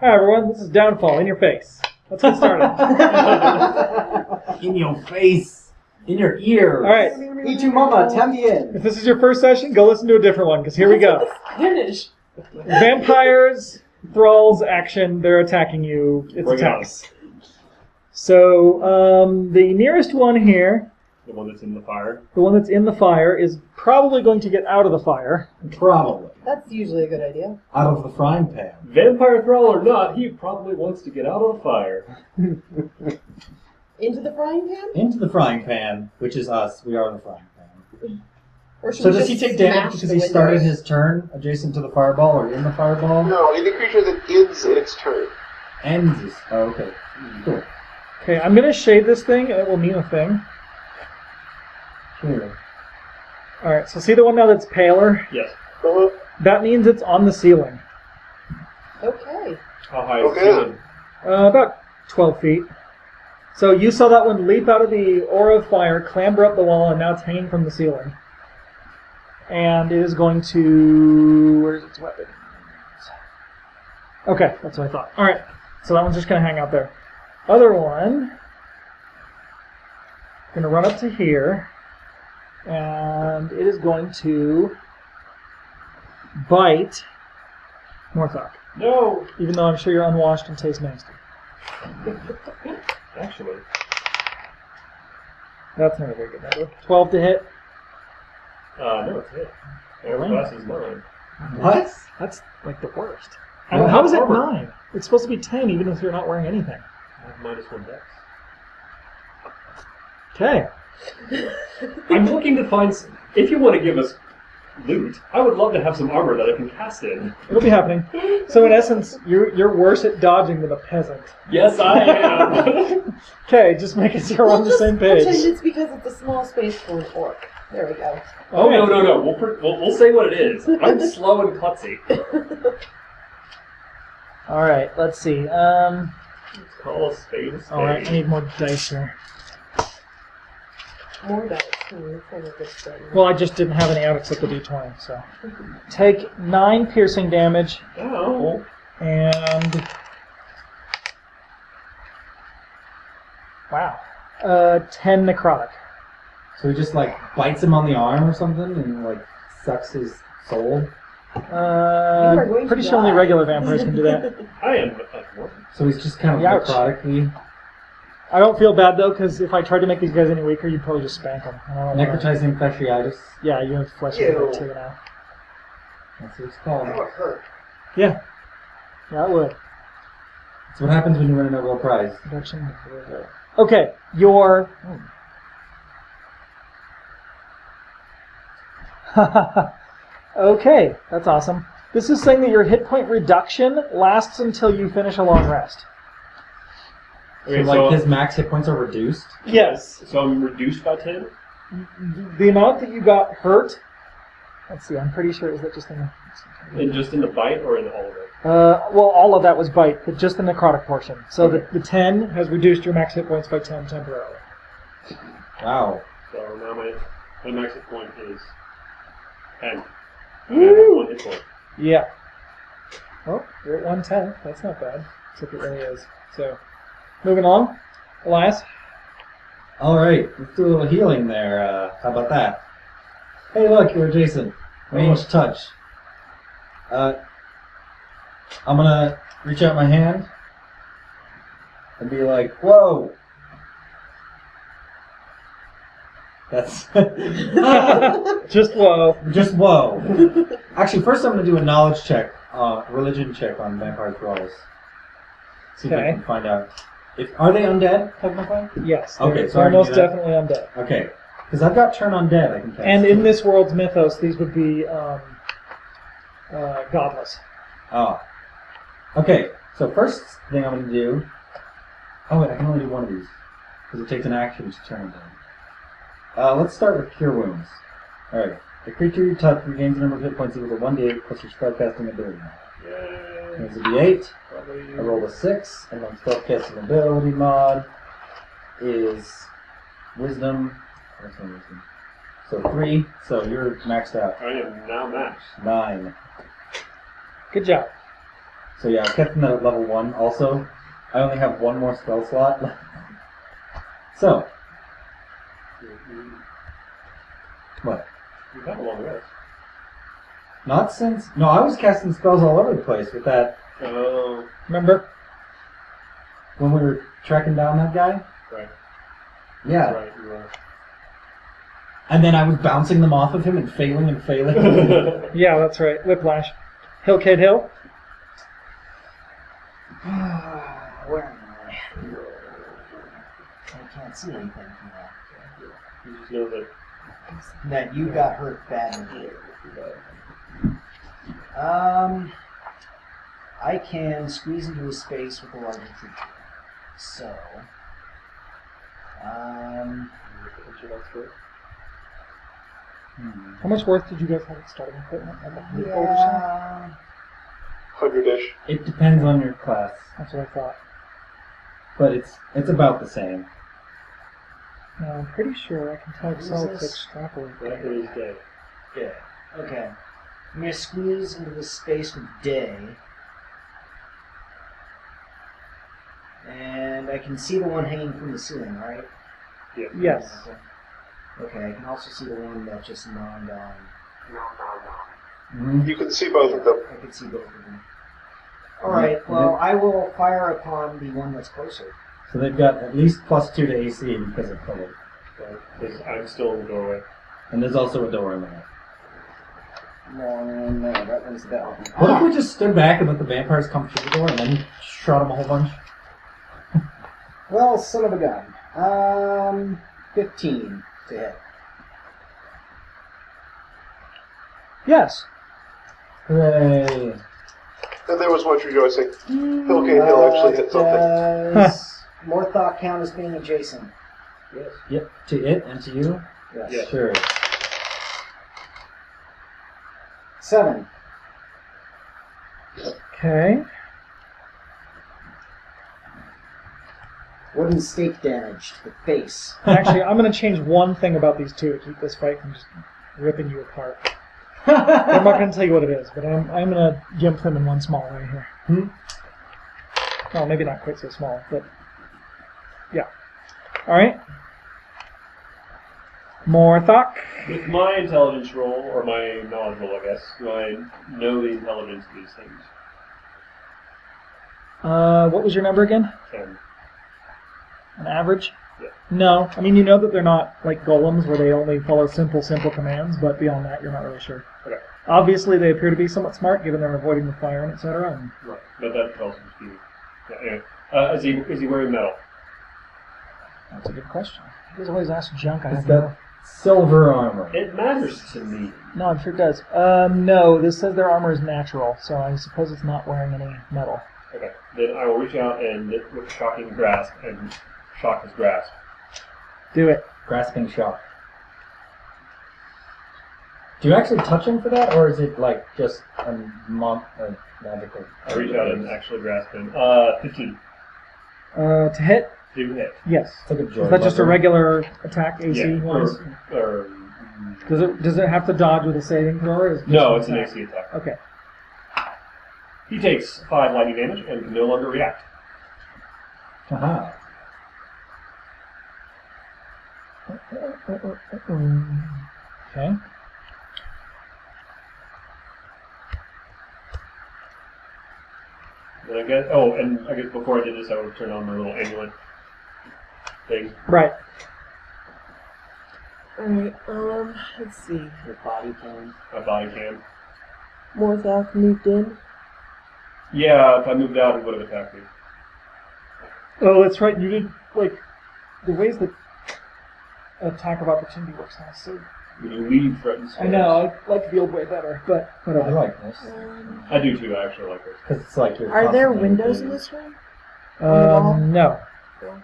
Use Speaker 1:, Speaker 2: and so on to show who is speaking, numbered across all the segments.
Speaker 1: Hi everyone, this is Downfall in your face. Let's get started.
Speaker 2: In your face. In your ear.
Speaker 1: All right,
Speaker 3: Eat your mama, Tambien.
Speaker 1: if this is your first session, go listen to a different one because here we go.
Speaker 4: Finish.
Speaker 1: Vampires, thralls, action. They're attacking you. It's
Speaker 5: Bring it on.
Speaker 1: attacks. So um, the nearest one here,
Speaker 5: The one that's in the fire.
Speaker 1: the one that's in the fire, is probably going to get out of the fire.
Speaker 2: Probably.
Speaker 4: That's usually a good idea.
Speaker 2: Out of the frying pan.
Speaker 5: Vampire thrall or not, he probably wants to get out of the fire.
Speaker 4: Into the frying pan?
Speaker 2: Into the frying pan, which is us. We are in the frying pan.
Speaker 4: Or should
Speaker 2: So
Speaker 4: we
Speaker 2: does
Speaker 4: just
Speaker 2: he take
Speaker 4: smash
Speaker 2: damage because
Speaker 4: the
Speaker 2: he started
Speaker 4: windows?
Speaker 2: his turn adjacent to the fireball or in the fireball?
Speaker 6: No, any creature that ends in its turn.
Speaker 2: Ends is. Oh, okay. Cool.
Speaker 1: Okay, I'm gonna shade this thing, and it will mean a thing.
Speaker 2: Here.
Speaker 1: All right, so see the one now that's paler.
Speaker 5: Yes.
Speaker 6: Uh-huh.
Speaker 1: That means it's on the ceiling,
Speaker 4: Okay.
Speaker 5: How high is
Speaker 6: Okay.
Speaker 5: the ceiling?
Speaker 1: uh, about 12 feet. So you saw that one leap out of the aura of fire, clamber up the wall, and now it's hanging from the ceiling. And it is going to. Where's its weapon? Okay, that's what I thought. All right, so that one's just going to hang out there. Other one, going to run up to here, and it is going to bite Morthok.
Speaker 5: No!
Speaker 1: Even though I'm sure you're unwashed and taste nasty.
Speaker 5: Actually.
Speaker 1: That's not a very good number. 12 to hit.
Speaker 5: Uh, no, it's it. Armor
Speaker 1: Really?
Speaker 5: class is nine.
Speaker 2: What?
Speaker 1: That's like the worst.
Speaker 5: I don't
Speaker 1: how
Speaker 5: have
Speaker 1: is it
Speaker 5: armor.
Speaker 1: 9? It's supposed to be 10 even if you're not wearing anything.
Speaker 5: I have minus one dex.
Speaker 1: Okay.
Speaker 5: I'm looking to find. s- If you want to give us loot, I would love to have some armor that I can cast in.
Speaker 1: It'll be happening. So in essence, you're, you're worse at dodging than a peasant.
Speaker 5: Yes, I am!
Speaker 1: Okay, just make it so you're
Speaker 4: We'll
Speaker 1: on the
Speaker 4: just
Speaker 1: same
Speaker 4: Pretend
Speaker 1: page.
Speaker 4: it's because it's a small space for an orc. There we go.
Speaker 5: oh, no, no, no. We'll, pr- we'll, we'll say what it is. I'm slow and klutzy.
Speaker 1: Alright, let's see. Um,
Speaker 5: Call a spade a spade.
Speaker 1: Alright, I need more dice here.
Speaker 4: More dice. Hmm, kind of good thing.
Speaker 1: Well, I just didn't have any out except the d20, so. Take 9 piercing damage
Speaker 5: Ow.
Speaker 1: and. Wow. Uh, 10 necrotic.
Speaker 2: So he just like bites him on the arm or something and like sucks his soul.
Speaker 1: Uh,
Speaker 4: You are going to
Speaker 1: pretty sure only
Speaker 4: die.
Speaker 1: regular vampires can do that.
Speaker 5: I am. Uh, what?
Speaker 2: So he's just kind of
Speaker 1: Ouch.
Speaker 2: necrotically
Speaker 1: I don't feel bad though, because if I tried to make these guys any weaker, you'd probably just spank them. I don't wanna-
Speaker 2: necrotizing fasciitis.
Speaker 1: Yeah, you have flesh
Speaker 6: Ew.
Speaker 1: with taken out.
Speaker 2: That's what it's called.
Speaker 6: That would hurt.
Speaker 1: Yeah, it would.
Speaker 2: That's what happens when you win a Nobel Prize.
Speaker 1: Reduction. Okay, your. hmm. okay, that's awesome. This is saying that your hit point reduction lasts until you finish a long rest.
Speaker 5: Okay,
Speaker 2: so like
Speaker 5: so-
Speaker 2: his max hit points are reduced.
Speaker 1: Yes.
Speaker 5: So I'm reduced by 10?
Speaker 1: The amount that you got hurt. Let's see. I'm pretty sure is that just in the.
Speaker 5: And just in the bite or in all of it?
Speaker 1: Uh, well, all of that was bite, but just the necrotic portion. So the, the 10 has reduced your max hit points by 10 temporarily.
Speaker 2: Wow.
Speaker 5: So now my, my max hit point is 10. And I have one hit point.
Speaker 1: Yeah. Well, you're at 110. That's not bad. Except it really is. So, moving along. Elias?
Speaker 2: All right, let's do a little healing there. Uh, how about that? Hey, look, you're adjacent. Range touch. Uh, I'm gonna reach out my hand and be like, "Whoa." That's
Speaker 1: Just whoa.
Speaker 2: just whoa. Actually, first I'm gonna do a knowledge check, uh, religion check on vampire thralls. See if
Speaker 1: Okay.
Speaker 2: I can find out if are they undead technically.
Speaker 1: Yes.
Speaker 2: Okay,
Speaker 1: they're-
Speaker 2: so
Speaker 1: they're
Speaker 2: I can do
Speaker 1: most
Speaker 2: that.
Speaker 1: definitely undead.
Speaker 2: Okay, because I've got turn undead. I can cast.
Speaker 1: And in this world's mythos, these would be um, uh, godless.
Speaker 2: Oh. Okay, so first thing I'm going to do. Oh, wait, I can only do one of these. Because it takes an action to turn them. Uh, let's start with Cure Wounds. Alright. The creature you touch regains a number of hit points equal to 1d8 plus your spellcasting ability.
Speaker 5: Yay.
Speaker 2: Here's a d8. I
Speaker 5: Probably-
Speaker 2: roll a 6, and my spellcasting ability mod is Wisdom. What's my wisdom? So 3, so you're maxed out.
Speaker 5: I am now maxed.
Speaker 2: 9.
Speaker 1: Good job.
Speaker 2: So yeah, I've kept them at level one. Also, I only have one more spell slot. left. so what?
Speaker 5: You've had a long rest.
Speaker 2: Not since no, I was casting spells all over the place with that
Speaker 5: Oh,
Speaker 1: Remember?
Speaker 2: when we were tracking down that guy.
Speaker 5: Right.
Speaker 2: Yeah,
Speaker 5: that's right, you are.
Speaker 2: and then I was bouncing them off of him and failing and failing.
Speaker 1: Yeah, that's right. Whiplash. Hill Kid Hill.
Speaker 3: Where am I? I can't see anything from that.
Speaker 5: you just know that
Speaker 3: That you got hurt badly. Um, I can squeeze into a space with a larger creature. So, um,
Speaker 5: it's your next turn.
Speaker 2: Hmm.
Speaker 1: How much worth did you guys have at starting equipment? Like a hundred gold or something?
Speaker 3: yeah,
Speaker 6: 100 ish.
Speaker 2: it depends on your class,
Speaker 1: That's what I thought.
Speaker 2: but it's it's about the same.
Speaker 1: No, I'm pretty sure I can tell Excel to
Speaker 3: Uses.
Speaker 1: extrapolate.
Speaker 5: That is dead.
Speaker 3: yeah. Okay, I'm gonna squeeze into this space with day, and I can see the one hanging from the ceiling, right?
Speaker 5: Yeah.
Speaker 1: Yes.
Speaker 3: Okay, I can also see the one that just gnawed on.
Speaker 6: No, no,
Speaker 2: Mhm.
Speaker 6: no. You can see both of them.
Speaker 3: I can see both of them. Alright, well, I will fire upon the one that's closer.
Speaker 2: So they've got at least plus two to AC because of color,
Speaker 5: Because I'm still in the doorway.
Speaker 2: and there's also a door in there.
Speaker 3: No, no, no, that one's that one.
Speaker 2: What if we just stood back and let the vampires come through the door and then shot them a whole bunch?
Speaker 3: Well, son of a gun. Um, 15 to hit.
Speaker 1: Yes.
Speaker 2: Hooray!
Speaker 6: And there was much rejoicing. Hill Kid Hill actually hit something.
Speaker 3: Uh, Does Morthok count as being adjacent?
Speaker 5: Yes.
Speaker 2: Yep, to it and to you?
Speaker 3: Yes.
Speaker 5: Yes.
Speaker 2: Sure.
Speaker 3: Seven.
Speaker 1: Okay.
Speaker 3: Wooden stake damage to the face.
Speaker 1: Actually, I'm going to change one thing about these two to keep this fight from just ripping you apart. I'm not going to tell you what it is, but I'm, I'm going to gimp them in one small way here.
Speaker 2: Hmm.
Speaker 1: Well, maybe not quite so small, but yeah. All right. Morthok.
Speaker 5: With my intelligence roll, or my knowledge roll, I guess, do I know the intelligence of these things?
Speaker 1: Uh, what was your number again?
Speaker 5: Ten.
Speaker 1: An average?
Speaker 5: Yeah.
Speaker 1: No. I mean, you know that they're not like golems where they only follow simple, simple commands, but beyond that, you're not really sure.
Speaker 5: Okay.
Speaker 1: Obviously, they appear to be somewhat smart given they're avoiding the fire and etc. And
Speaker 5: Right. But that tells me to be. Yeah, anyway. Uh, is he is he wearing metal?
Speaker 1: that's a good question. You guys always ask junk. I
Speaker 2: It's
Speaker 1: have
Speaker 2: got silver armor.
Speaker 5: It matters to me.
Speaker 1: No, I'm sure it does. Um, no, this says their armor is natural, so I suppose it's not wearing any metal.
Speaker 5: Okay. Then I will reach out and with shocking grasp and shock his grasp.
Speaker 1: Do it.
Speaker 2: Grasping shock. Do you actually touch him for that, or is it like just a mon- a magical?
Speaker 5: I reach out and actually grasp him. Uh, fifteen.
Speaker 1: Uh, to hit?
Speaker 5: Do hit.
Speaker 1: Yes.
Speaker 2: It's like a joy.
Speaker 1: Is that just a
Speaker 2: button.
Speaker 1: regular attack AC
Speaker 5: yeah.
Speaker 1: wise?
Speaker 5: Or, or, mm,
Speaker 1: Does it does it have to dodge with a saving throw? Or is it just
Speaker 5: no, it's an
Speaker 1: attack?
Speaker 5: AC attack.
Speaker 1: Okay.
Speaker 5: He takes five lightning damage and can no longer react.
Speaker 2: Aha.
Speaker 1: Okay.
Speaker 5: Then I guess. Oh, and I guess before I did this, I would turn on my little amulet thing.
Speaker 1: Right.
Speaker 4: Alright, um, let's see.
Speaker 3: Your body can.
Speaker 5: My body cam.
Speaker 4: Morthok moved in.
Speaker 5: Yeah, if I moved out, it would have attacked me.
Speaker 1: Oh, that's right. You did like the ways that attack of opportunity works now. So
Speaker 5: When you leave threatened
Speaker 1: I
Speaker 5: space.
Speaker 1: know I like the old way better, but uh,
Speaker 2: I
Speaker 1: whatever.
Speaker 2: like this
Speaker 4: Um,
Speaker 5: I do too. I actually like this.
Speaker 2: because it's like you're.
Speaker 4: are there
Speaker 2: constantly
Speaker 4: windows in
Speaker 2: being-
Speaker 4: this room? wall?
Speaker 1: Um, no.
Speaker 4: Yeah.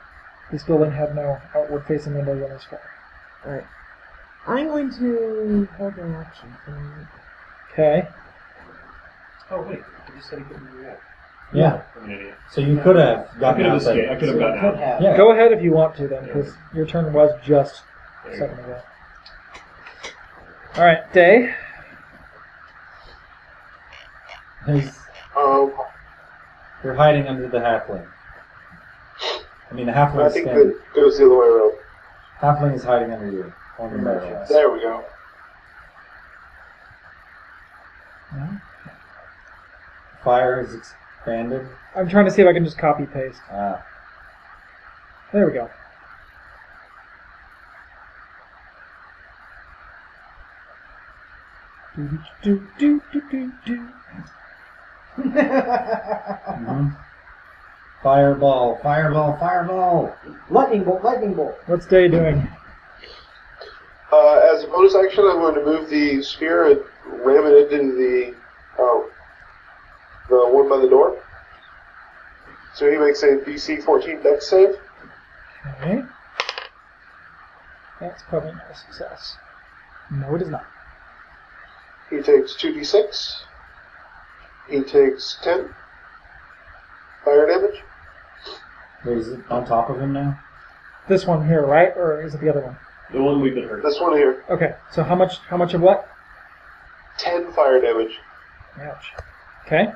Speaker 1: This building had no outward facing windows on this floor.
Speaker 4: I'm going to hold an action for a minute.
Speaker 1: Okay.
Speaker 5: Oh wait, I just said he couldn't react.
Speaker 2: Yeah.
Speaker 5: I'm an idiot.
Speaker 2: So you could have
Speaker 5: I
Speaker 2: gotten
Speaker 5: could have
Speaker 2: out
Speaker 5: escaped. I
Speaker 2: there.
Speaker 5: could have
Speaker 3: So
Speaker 5: gotten
Speaker 3: you could
Speaker 5: out.
Speaker 3: have.
Speaker 2: Yeah.
Speaker 1: Go ahead if you want to then, because your turn was just a
Speaker 5: There you go.
Speaker 1: second ago. Alright, Day.
Speaker 2: His
Speaker 6: Um,
Speaker 2: You're hiding under the halfling. I mean, the halfling
Speaker 6: I
Speaker 2: is
Speaker 6: think
Speaker 2: standing.
Speaker 6: that goes the other way around.
Speaker 2: Halfling is hiding under you on
Speaker 5: Mm,
Speaker 2: the barrel.
Speaker 6: There we go.
Speaker 2: Fire is expanded.
Speaker 1: I'm trying to see if I can just copy paste.
Speaker 2: Ah,
Speaker 1: There we go. Do, do, do, do, do. Mm-hmm.
Speaker 2: mhm. Fireball! Fireball! Fireball!
Speaker 3: Lightning bolt, lightning bolt.
Speaker 1: What's Day doing?
Speaker 6: Uh, as a bonus action, I'm going to move the sphere and ram it into the uh, the one by the door. So he makes a DC 14 dex save.
Speaker 1: Okay. That's probably not a success. No, it is not.
Speaker 6: He takes 2d6. He takes 10 fire damage.
Speaker 2: Wait, is it on top of him now?
Speaker 1: This one here, right? Or is it the other one?
Speaker 5: The one we've been hurt.
Speaker 6: This one here,
Speaker 1: Okay. So how much? How much of what?
Speaker 6: 10 fire damage.
Speaker 1: Ouch. Okay.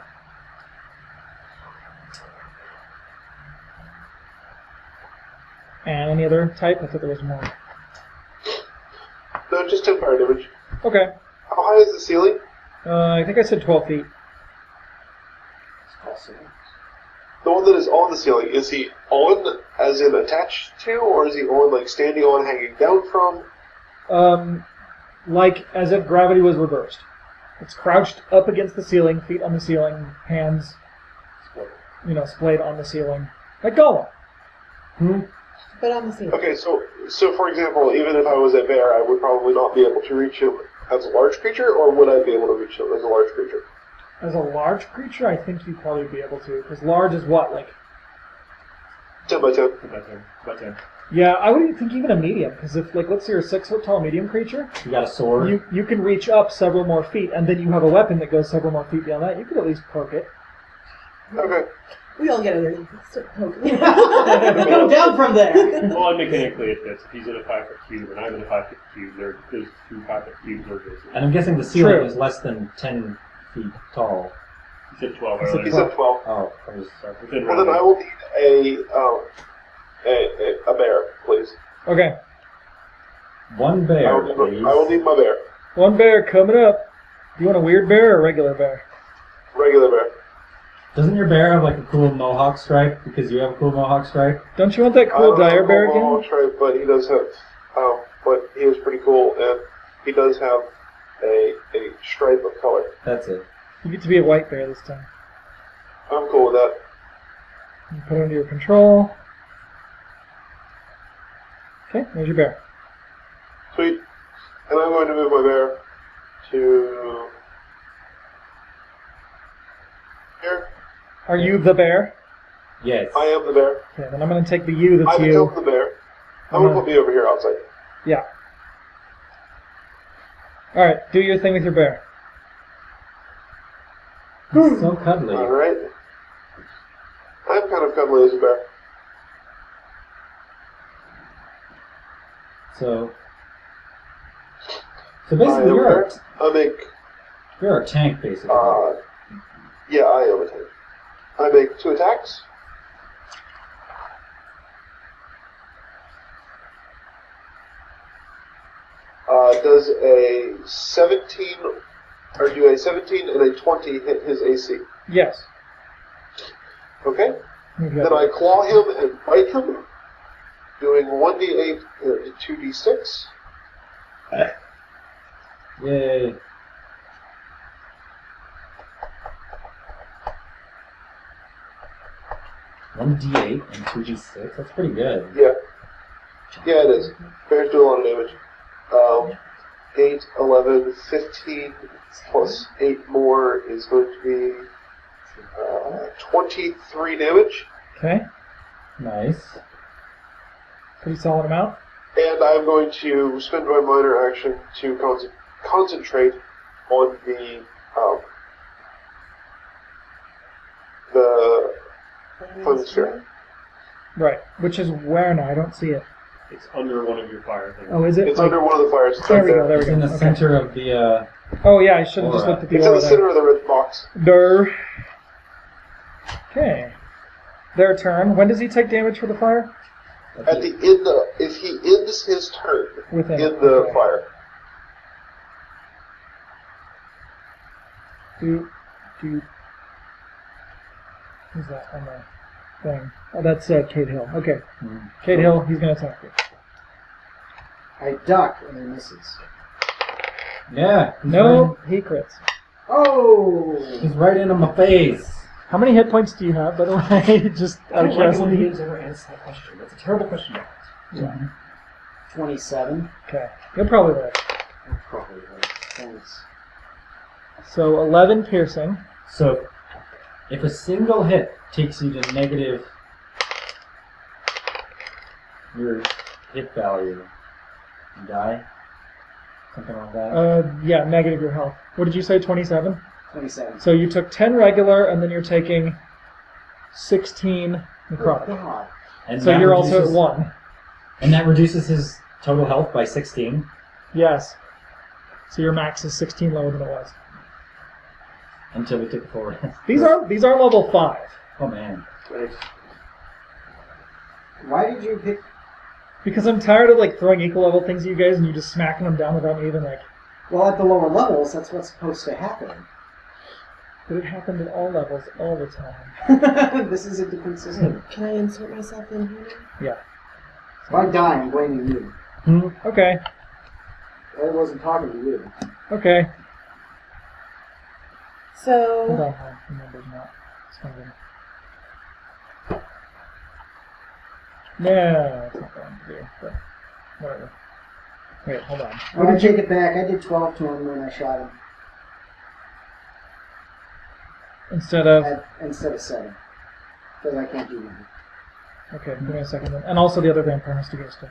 Speaker 1: And any other type? I thought there was more.
Speaker 6: No, just 10 fire damage.
Speaker 1: Okay.
Speaker 6: How high is the ceiling?
Speaker 1: Uh, I think I said 12 feet.
Speaker 6: The one that is on the ceiling, is he on as in attached to, or is he on like standing on, hanging down from?
Speaker 1: Um, like as if gravity was reversed. It's crouched up against the ceiling, feet on the ceiling, hands, you know, splayed on the ceiling, like Gollum.
Speaker 4: But on the ceiling.
Speaker 6: Okay, so so for example, even if I was a bear, I would probably not be able to reach him as a large creature, or would I be able to reach him as a large creature?
Speaker 1: As a large creature, I think you'd probably be able to, because large is what like.
Speaker 6: 10 by 10.
Speaker 5: About there. About there.
Speaker 1: Yeah, I would think even a medium, because if like let's say you're a six foot tall medium creature,
Speaker 2: You got a sword?
Speaker 1: you you can reach up several more feet, and then you have a weapon that goes several more feet beyond that. You could at least poke it.
Speaker 6: Okay.
Speaker 4: We all get it. Start poking.
Speaker 3: Go down from there.
Speaker 5: Well, mechanically it fits. If he's in a five foot cube and I'm in a five foot cube, there, there's two five foot cubes or just
Speaker 2: And I'm guessing the ceiling
Speaker 1: True.
Speaker 2: is less than 10 feet tall.
Speaker 5: you said twelve
Speaker 1: I said
Speaker 6: He
Speaker 5: earlier.
Speaker 6: said 12.
Speaker 2: Oh, I was sorry.
Speaker 5: Within
Speaker 6: Well, then I
Speaker 5: round.
Speaker 6: will need a, um, a, a, a bear, please.
Speaker 1: Okay,
Speaker 2: One
Speaker 6: I
Speaker 2: bear,
Speaker 6: will,
Speaker 2: please.
Speaker 6: need, I will need my bear.
Speaker 1: one bear coming up. Do you want a weird bear or a regular bear?
Speaker 6: Regular bear.
Speaker 2: Doesn't your bear have like a cool mohawk stripe? Because you have a cool mohawk stripe?
Speaker 1: Don't you want that
Speaker 6: I
Speaker 1: cool
Speaker 6: don't know
Speaker 1: dire bear
Speaker 6: how long
Speaker 1: again?
Speaker 6: I'll try, but he does have, um, but he is pretty cool, and he does have a, a stripe of color.
Speaker 2: That's it.
Speaker 1: You get to be a white bear this time.
Speaker 6: I'm cool with that.
Speaker 1: You put it under your control. Okay, there's your bear.
Speaker 6: Sweet. And I'm going to move my bear to here.
Speaker 1: Are you the bear?
Speaker 2: Yes.
Speaker 6: I am the bear.
Speaker 1: Okay, then I'm gonna take the you Uh-huh.
Speaker 6: I
Speaker 1: that's
Speaker 6: become
Speaker 1: you.
Speaker 6: the bear. I'm gonna put me over here outside.
Speaker 1: Yeah. All right, do your thing with your bear.
Speaker 2: He's so cuddly.
Speaker 6: All right. I'm kind of cuddly as a bear.
Speaker 2: So. So
Speaker 6: I am
Speaker 2: basically,
Speaker 6: a
Speaker 2: you're
Speaker 6: bear.
Speaker 2: a,
Speaker 6: I make.
Speaker 2: you're a tank, basically.
Speaker 6: Uh, yeah, I am a tank. I make two attacks. Uh, does a 17 or do a 17 and a 20 hit his AC?
Speaker 1: Yes.
Speaker 6: Okay.
Speaker 1: You've got
Speaker 6: Then I claw him and bite him, doing 1d8 and 2d6.
Speaker 2: Yay. One D eight and two D six. That's pretty good.
Speaker 6: Yeah. Yeah, it is. Bears do a lot of damage. Um, 8, 11, 15 plus 8 more is going to be uh, 23 damage.
Speaker 1: Okay,
Speaker 2: Nice.
Speaker 1: pretty solid amount.
Speaker 6: And I'm going to spend my minor action to con- concentrate on the. Um, the Fun sphere.
Speaker 1: Right, which is where now? I don't see it.
Speaker 5: It's under one of your fire things.
Speaker 1: Oh, is it?
Speaker 6: it's
Speaker 1: like-
Speaker 6: under one of the fires. It's
Speaker 1: there
Speaker 6: right
Speaker 1: we go.
Speaker 6: there.
Speaker 1: There we
Speaker 2: It's in
Speaker 1: go.
Speaker 2: the
Speaker 1: Okay.
Speaker 2: center of the. Uh,
Speaker 1: Oh yeah, I should have just looked at the
Speaker 6: It's in
Speaker 1: aura
Speaker 6: the
Speaker 1: there.
Speaker 6: center of the red box.
Speaker 1: Durr. Okay. Their turn. When does he take damage for the fire?
Speaker 6: At the end of, if he ends his turn
Speaker 1: Within.
Speaker 6: in the fire.
Speaker 1: Do, do. Who's that on the thing? Oh, that's uh, Kate Hill. Okay.
Speaker 2: Mm.
Speaker 1: Kate Hill, he's going to attack you.
Speaker 3: I duck and he misses.
Speaker 2: Yeah. he's
Speaker 1: No, he crits.
Speaker 2: right-
Speaker 3: Oh!
Speaker 2: he's right into my face.
Speaker 1: How many hit points do you have, by the way? Just
Speaker 5: I
Speaker 1: out of
Speaker 5: don't like it when
Speaker 1: curiosity.
Speaker 5: the games ever answer that question. That's a terrible question. to ask.
Speaker 3: 27.
Speaker 1: Okay. You'll probably live.
Speaker 3: Oh, Probably. right. Thanks.
Speaker 1: So 11 piercing.
Speaker 2: So, if a single hit takes you to negative your hit value, you die. Something like that.
Speaker 1: Uh, yeah, negative your health. What did you say, 27?
Speaker 3: 27.
Speaker 1: So you took 10 regular, and then you're taking 16
Speaker 3: Oh,
Speaker 1: necrotic.
Speaker 3: God.
Speaker 2: and
Speaker 1: So
Speaker 2: that
Speaker 1: you're also at
Speaker 2: reduces-
Speaker 1: 1.
Speaker 2: And that reduces his total health by 16.
Speaker 1: Yes. So your max is 16 lower than it was.
Speaker 2: until we took a full rest.
Speaker 1: These are these are level 5.
Speaker 2: Oh man.
Speaker 3: Why did you pick
Speaker 1: Because I'm tired of like throwing equal level things at you guys and you just smacking them down without me even like.
Speaker 3: Well, at the lower levels, that's what's supposed to happen.
Speaker 1: But it happened at all levels all the time.
Speaker 3: this is a different system.
Speaker 4: Can I insert myself in here now?
Speaker 3: If I die, I'm blaming you.
Speaker 1: Okay.
Speaker 3: I wasn't talking to you.
Speaker 1: Okay. Hold
Speaker 4: So,
Speaker 1: on. I remember not. It's not good. No, it's not what I wanted to do. But whatever. Wait, hold on.
Speaker 3: I'm
Speaker 6: Uh,
Speaker 3: gonna take it back. I did 12 to him when I shot him
Speaker 1: Instead of
Speaker 3: at, instead of 7. Because I can't do that.
Speaker 1: Okay, give me a second then. And also the other vampire has to go still.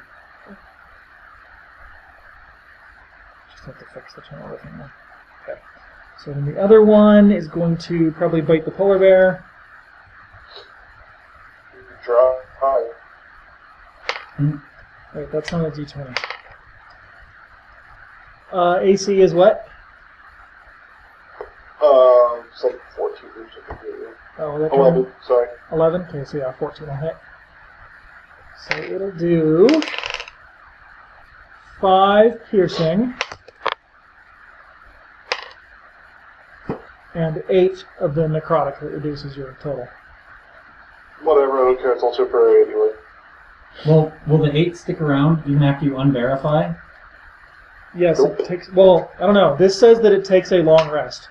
Speaker 1: Just have to fix the channel with him now. Okay. So then the other one is going to probably bite the polar bear.
Speaker 6: Draw. Hi.
Speaker 1: Wait, that's not a d20. Uh, AC is what?
Speaker 6: Um, it's like 14 or something. yeah, yeah.
Speaker 1: Oh, that's
Speaker 6: 11, sorry.
Speaker 1: 11. Okay, so yeah, 14 will hit. So it'll do 5 piercing and 8 of the necrotic that reduces your total.
Speaker 6: Whatever, I don't care. It's all temporary anyway.
Speaker 2: Well, will the eight stick around even after you unverify?
Speaker 1: Yes, it takes. Well, I don't know. This says that it takes a long rest.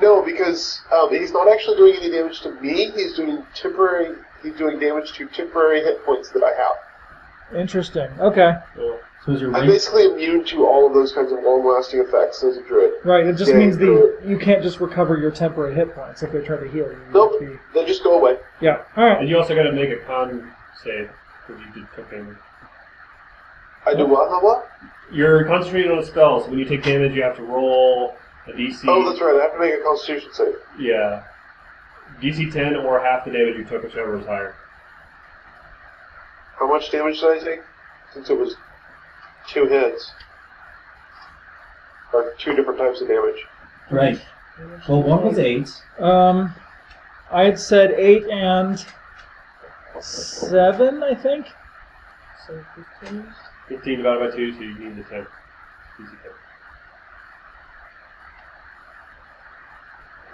Speaker 6: No, because um, he's not actually doing any damage to me. He's doing temporary. He's doing damage to temporary hit points that I have.
Speaker 1: Interesting. Okay.
Speaker 5: uh,
Speaker 2: So is your
Speaker 6: I'm
Speaker 2: weight?
Speaker 6: basically immune to all of those kinds of long-lasting effects as a druid.
Speaker 1: Right, it just
Speaker 6: Yeah,
Speaker 1: means the
Speaker 6: sure.
Speaker 1: you can't just recover your temporary hit points if they try to heal you. You
Speaker 6: Nope.
Speaker 1: have to be-
Speaker 6: They just go away.
Speaker 1: Yeah. All right.
Speaker 5: And you also got to make a con save because you did took damage.
Speaker 6: I do what? Huh, what?
Speaker 5: You're concentrating on a spell, so when you take damage, you have to roll a DC.
Speaker 6: Oh, that's right. I have to make a Constitution save.
Speaker 5: Yeah. DC 10 or half the damage you took, whichever is higher.
Speaker 6: How much damage did I take? Since it was two hits, or two different types of damage.
Speaker 2: Right. Well, one was eight.
Speaker 1: Um, I had said eight and seven, I think.
Speaker 4: so 15.
Speaker 5: 15 divided by 2, so you need the 10. DC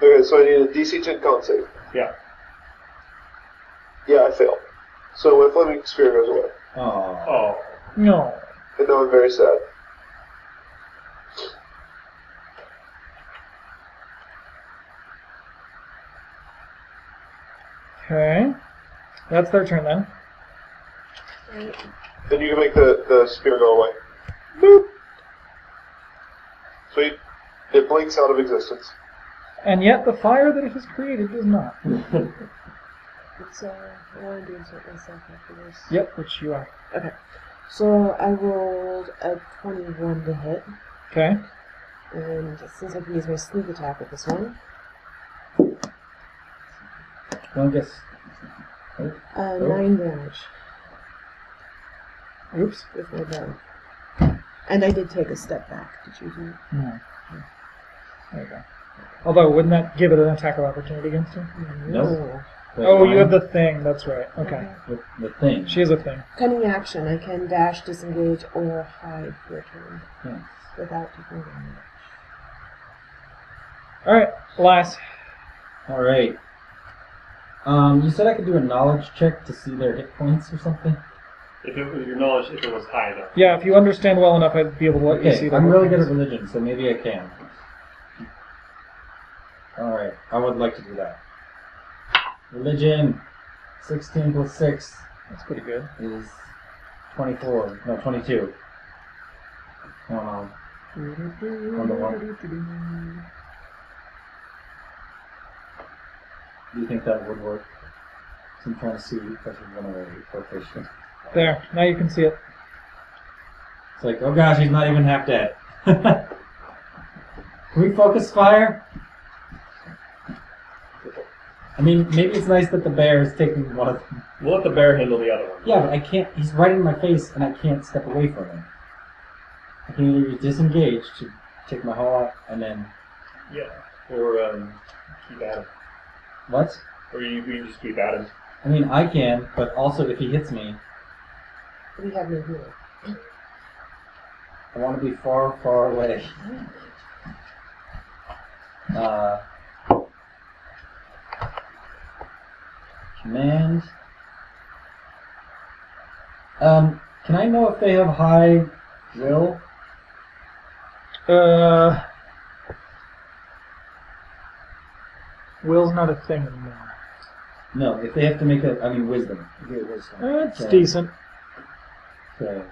Speaker 5: 10.
Speaker 6: Okay, so I need a DC 10 con save.
Speaker 5: Yeah.
Speaker 6: Yeah, I fail. So my flaming spear goes away,
Speaker 2: Oh.
Speaker 5: Oh.
Speaker 1: No.
Speaker 6: and now I'm very sad.
Speaker 1: Okay. That's their turn then.
Speaker 4: Right.
Speaker 6: Then you can make the, the spear go away.
Speaker 1: Boop.
Speaker 6: Sweet. It blinks out of existence.
Speaker 1: And yet the fire that it has created does not.
Speaker 4: So, uh, I wanted to insert myself after this.
Speaker 1: Yep, which you are.
Speaker 4: So, I rolled a 21 to hit.
Speaker 1: Okay.
Speaker 4: And since I can use my sneak attack with this one,
Speaker 2: Well, I guess.
Speaker 4: uh,
Speaker 3: Oh.
Speaker 4: 9 damage
Speaker 1: Oops.
Speaker 4: with my bow. And I did take a step back. Did you do
Speaker 1: No. There you go. Although, wouldn't that give it an attack of opportunity against you?
Speaker 2: Nope.
Speaker 1: Oh, you have the thing. That's right. Okay.
Speaker 2: with the thing.
Speaker 1: She has a thing.
Speaker 4: Cunning action. I can dash, disengage, or hide for a turn
Speaker 2: Yes.
Speaker 4: without taking damage.
Speaker 1: All right, last.
Speaker 2: All right. Um, you said I could do a knowledge check to see their hit points or something.
Speaker 5: If it was your knowledge, if it was high enough.
Speaker 1: Yeah, if you understand well enough, I'd be able to let you see
Speaker 2: Okay,
Speaker 1: that.
Speaker 2: I'm really good at religion, so maybe I can. All right, I would like to do that. Religion, sixteen plus six
Speaker 1: That's pretty good.
Speaker 2: is twenty-four. No, twenty-two. Um, on the one. Do you think that would work? 'Cause I'm trying to see if I should run away or if I should-
Speaker 1: There. Now you can see it.
Speaker 2: It's like, oh gosh, he's not even half dead. Can we focus fire? I mean, maybe it's nice that the bear is taking one of them.
Speaker 5: We'll let the bear handle the other one.
Speaker 2: Yeah, but I can't. He's right in my face, and I can't step away from him. I can either use disengage to take my whole out, and then
Speaker 5: Yeah. Or um, keep at him.
Speaker 2: what?
Speaker 5: Or you, we can just keep at him.
Speaker 2: I mean, I can, but also if he hits me,
Speaker 4: We have no healing.
Speaker 2: I want to be far, far away. Uh, command. Um, can I know if they have high will?
Speaker 1: Uh, will's not a thing anymore.
Speaker 2: No, if they have to make a, I mean, wisdom.
Speaker 3: Okay, wisdom.
Speaker 1: That's
Speaker 2: Okay.
Speaker 1: decent.
Speaker 2: So,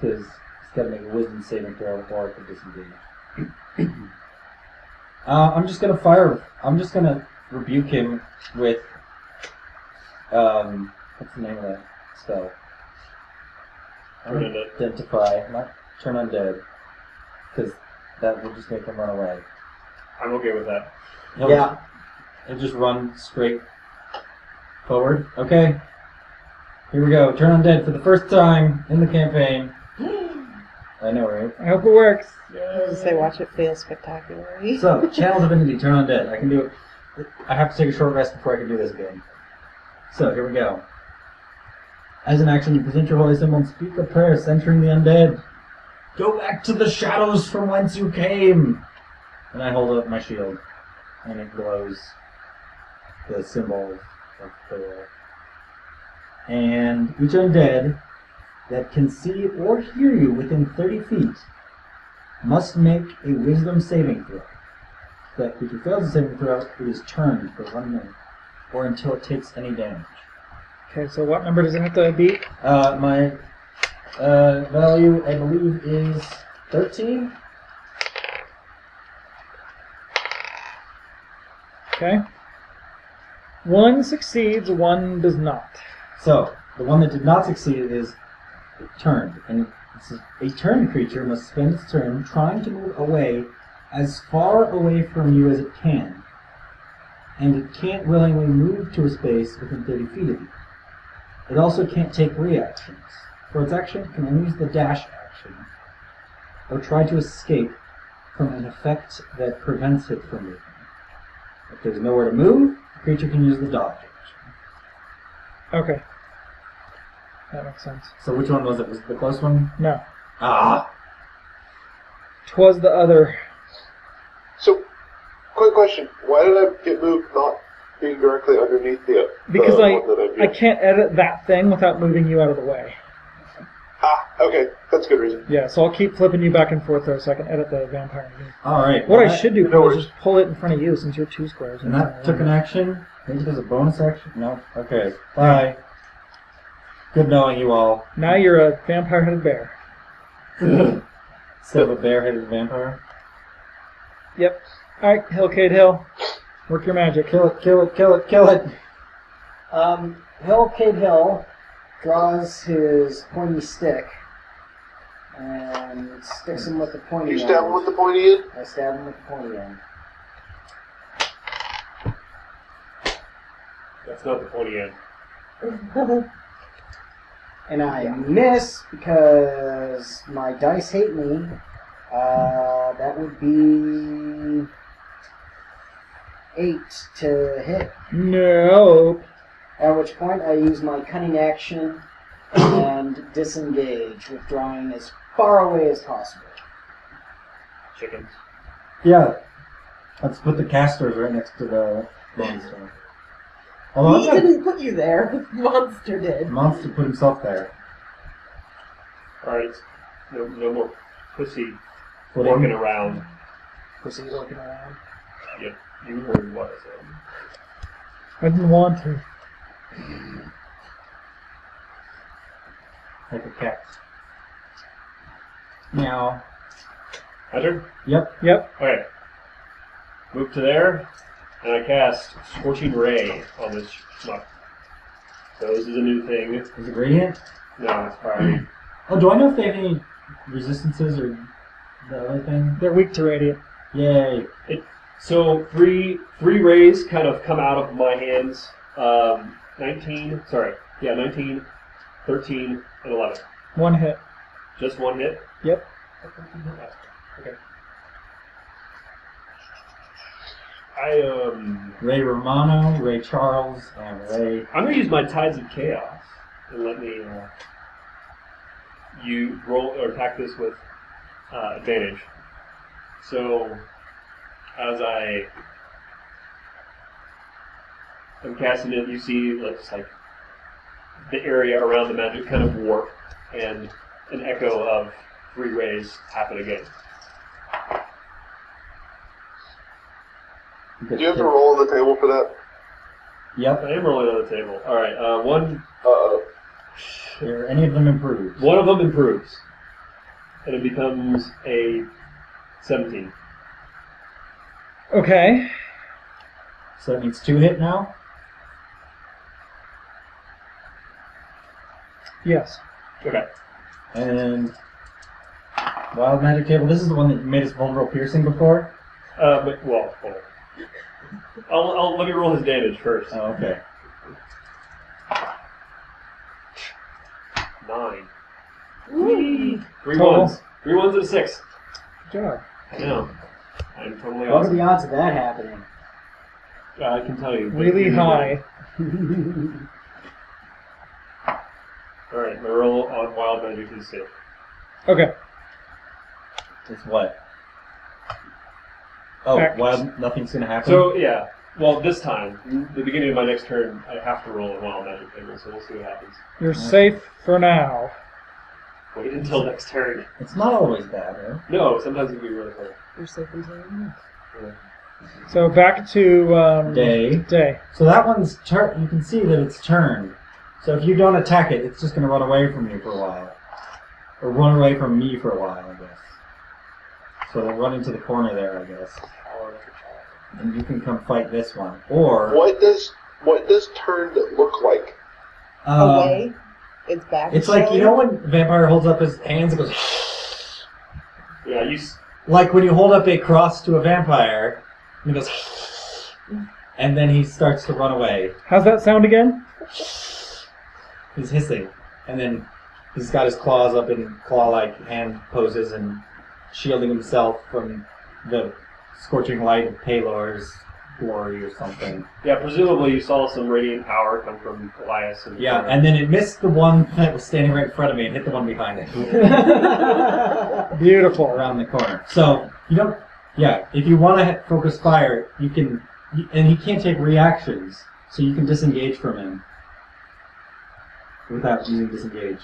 Speaker 2: because it's got to make a wisdom saving throw before I can disengage. uh, I'm just gonna fire. I'm just gonna rebuke him with um, what's the name of that spell?
Speaker 5: Turn it up.
Speaker 2: Identify, not turn undead, because that will just make him run away.
Speaker 5: I'm okay with that.
Speaker 2: He'll
Speaker 3: Yeah.
Speaker 2: Just, he'll just run straight forward. Okay. Here we go. Turn undead for the first time in the campaign. I know, right?
Speaker 1: I hope it works.
Speaker 4: Say, watch it fail spectacularly.
Speaker 2: So, channel divinity, turn undead. I can do it. I have to take a short rest before I can do this again. So, here we go. As an action, you present your holy symbol and speak a prayer centering the undead. Go back to the shadows from whence you came! And I hold up my shield, and it glows the symbol of Thor. And each undead that can see or hear you within 30 feet must make a wisdom saving throw. If That creature fails the saving throw, it is turned for one minute, or until it takes any damage.
Speaker 1: Okay, so what number does it have to beat?
Speaker 2: Uh, my uh, value, I believe, is 13.
Speaker 1: Okay. One succeeds, one does not.
Speaker 2: So, the one that did not succeed is turned. And it says, a turned creature must spend its turn trying to move away as far away from you as it can. And it can't willingly move to a space within 30 feet of you. It also can't take reactions. For its action, it can only use the dash action or try to escape from an effect that prevents it from moving. If there's nowhere to move, the creature can use the dodge action.
Speaker 1: Okay. That makes sense.
Speaker 2: So which one was it? Was it the close one?
Speaker 1: No.
Speaker 2: Ah.
Speaker 1: Twas the other.
Speaker 6: So, quick question: Why did I get moved not being directly underneath the the
Speaker 1: Because I,
Speaker 6: one that I,
Speaker 1: I can't edit that thing without moving you out of the way.
Speaker 6: ah okay that's a good reason.
Speaker 1: Yeah, so I'll keep flipping you back and forth there so I can edit the vampire. again.
Speaker 2: All right.
Speaker 1: What I
Speaker 2: that-
Speaker 1: should do
Speaker 6: No
Speaker 1: is
Speaker 6: worries.
Speaker 1: just pull it in front of you since you're two squares.
Speaker 2: And that took an action. Maybe there's a bonus action. No. Okay. Bye. Good knowing you all.
Speaker 1: Now you're a vampire-headed bear.
Speaker 2: Instead of a bare-headed vampire.
Speaker 1: Yep. All right, Hill Cade Hill, work your magic.
Speaker 2: Kill it! Kill it! Kill it! Kill it!
Speaker 3: Um, Hill Kid Hill draws his pointy stick and sticks him with the pointy
Speaker 6: You
Speaker 3: end.
Speaker 6: stab him with the pointy end.
Speaker 3: I stab him with the pointy end.
Speaker 5: That's not the pointy end.
Speaker 3: And I miss because my dice hate me. Uh, that would be eight to hit.
Speaker 1: No.
Speaker 3: At which point I use my cunning action and disengage, withdrawing as far away as possible.
Speaker 5: Chickens.
Speaker 2: Yeah. Let's put the casters right next to the monster. Although
Speaker 4: he
Speaker 2: I'm gonna-
Speaker 4: didn't put you there. The monster
Speaker 2: the
Speaker 4: did.
Speaker 2: monster put himself there.
Speaker 5: All right. No, no more pussy
Speaker 2: Footing.
Speaker 5: walking around.
Speaker 3: Proceed looking around.
Speaker 5: You heard what I said.
Speaker 1: I didn't want to.
Speaker 2: Like a cat. Meow.
Speaker 5: My turn?
Speaker 2: Yep.
Speaker 1: Yep.
Speaker 5: Okay. Move to there, and I cast Scorching Ray on this schmuck. So this is a new thing.
Speaker 2: Is it radiant?
Speaker 5: No, it's fire.
Speaker 2: Oh, do I know if they have any resistances or the other thing?
Speaker 1: They're weak to radiant.
Speaker 2: Yay.
Speaker 5: so three three rays kind of come out of my hands. Um, 19, sorry, yeah, 19, 13, and 11.
Speaker 1: One hit.
Speaker 5: Just one hit.
Speaker 1: Yep.
Speaker 5: I um,
Speaker 2: Ray Romano, Ray Charles, and Ray.
Speaker 5: I'm gonna use my Tides of Chaos and let me uh, you roll or attack this with uh, advantage. So as I am casting it, you see like just like the area around the magic kind of warp and an echo of three rays happen again.
Speaker 6: Do you have to roll on the table for that?
Speaker 2: Yep.
Speaker 5: I am rolling on the table. All right, uh, one
Speaker 6: Uh oh.
Speaker 2: Are any of them improved?
Speaker 5: one of them improves, and it becomes a seventeen.
Speaker 1: Okay.
Speaker 2: So that means two hit now?
Speaker 1: Yes.
Speaker 5: Okay.
Speaker 2: And Wild Magic Table, this is the one that made us vulnerable piercing before?
Speaker 5: Um, well, hold on. I'll, I'll, let me roll his damage first.
Speaker 2: Oh, okay.
Speaker 5: Nine.
Speaker 4: Ooh.
Speaker 5: Three
Speaker 1: Total.
Speaker 5: ones. Three ones and a six.
Speaker 1: Good job.
Speaker 5: I know. I'm totally
Speaker 3: What are
Speaker 5: awesome.
Speaker 3: the odds of that happening?
Speaker 5: Uh, I can tell you. but-
Speaker 1: Really high.
Speaker 5: Alright, my roll on wild magic is safe.
Speaker 1: Okay.
Speaker 2: It's what? Oh,
Speaker 1: Back.
Speaker 2: wild, nothing's gonna happen?
Speaker 5: So, yeah. Well, this time, the beginning of my next turn, I have to roll a wild magic table, so we'll see what happens.
Speaker 1: You're safe for now.
Speaker 5: Wait until next turn.
Speaker 2: it's not always bad, huh?
Speaker 5: No, sometimes it can be really hard.
Speaker 4: You're safe until you're not.
Speaker 1: So back to um,
Speaker 2: Day.
Speaker 1: Day.
Speaker 2: So that one's turn. You can see that it's turned. So if you don't attack it, it's just gonna run away from you for a while, or run away from me for a while, I guess. So they'll run into the corner there, I guess. And you can come fight this one, or
Speaker 6: What does what does turned look like?
Speaker 2: um,
Speaker 4: Away. It's back.
Speaker 2: It's like you know when vampire holds up his hands and goes
Speaker 5: Yeah, you. s-
Speaker 2: like when you hold up a cross to a vampire, and he goes, and then he starts to run away.
Speaker 1: How's that sound again?
Speaker 2: He's hissing, and then he's got his claws up in claw-like hand poses and shielding himself from the scorching light of Palor's glory or something.
Speaker 5: Yeah, presumably you saw some radiant power come from Elias. And
Speaker 2: Yeah, and then it missed the one that was standing right in front of me and hit the one behind it
Speaker 1: Beautiful.
Speaker 2: around the corner. So you don't. Yeah, if you want to focus fire, you can, you- and he can't take reactions, so you can disengage from him without using disengage.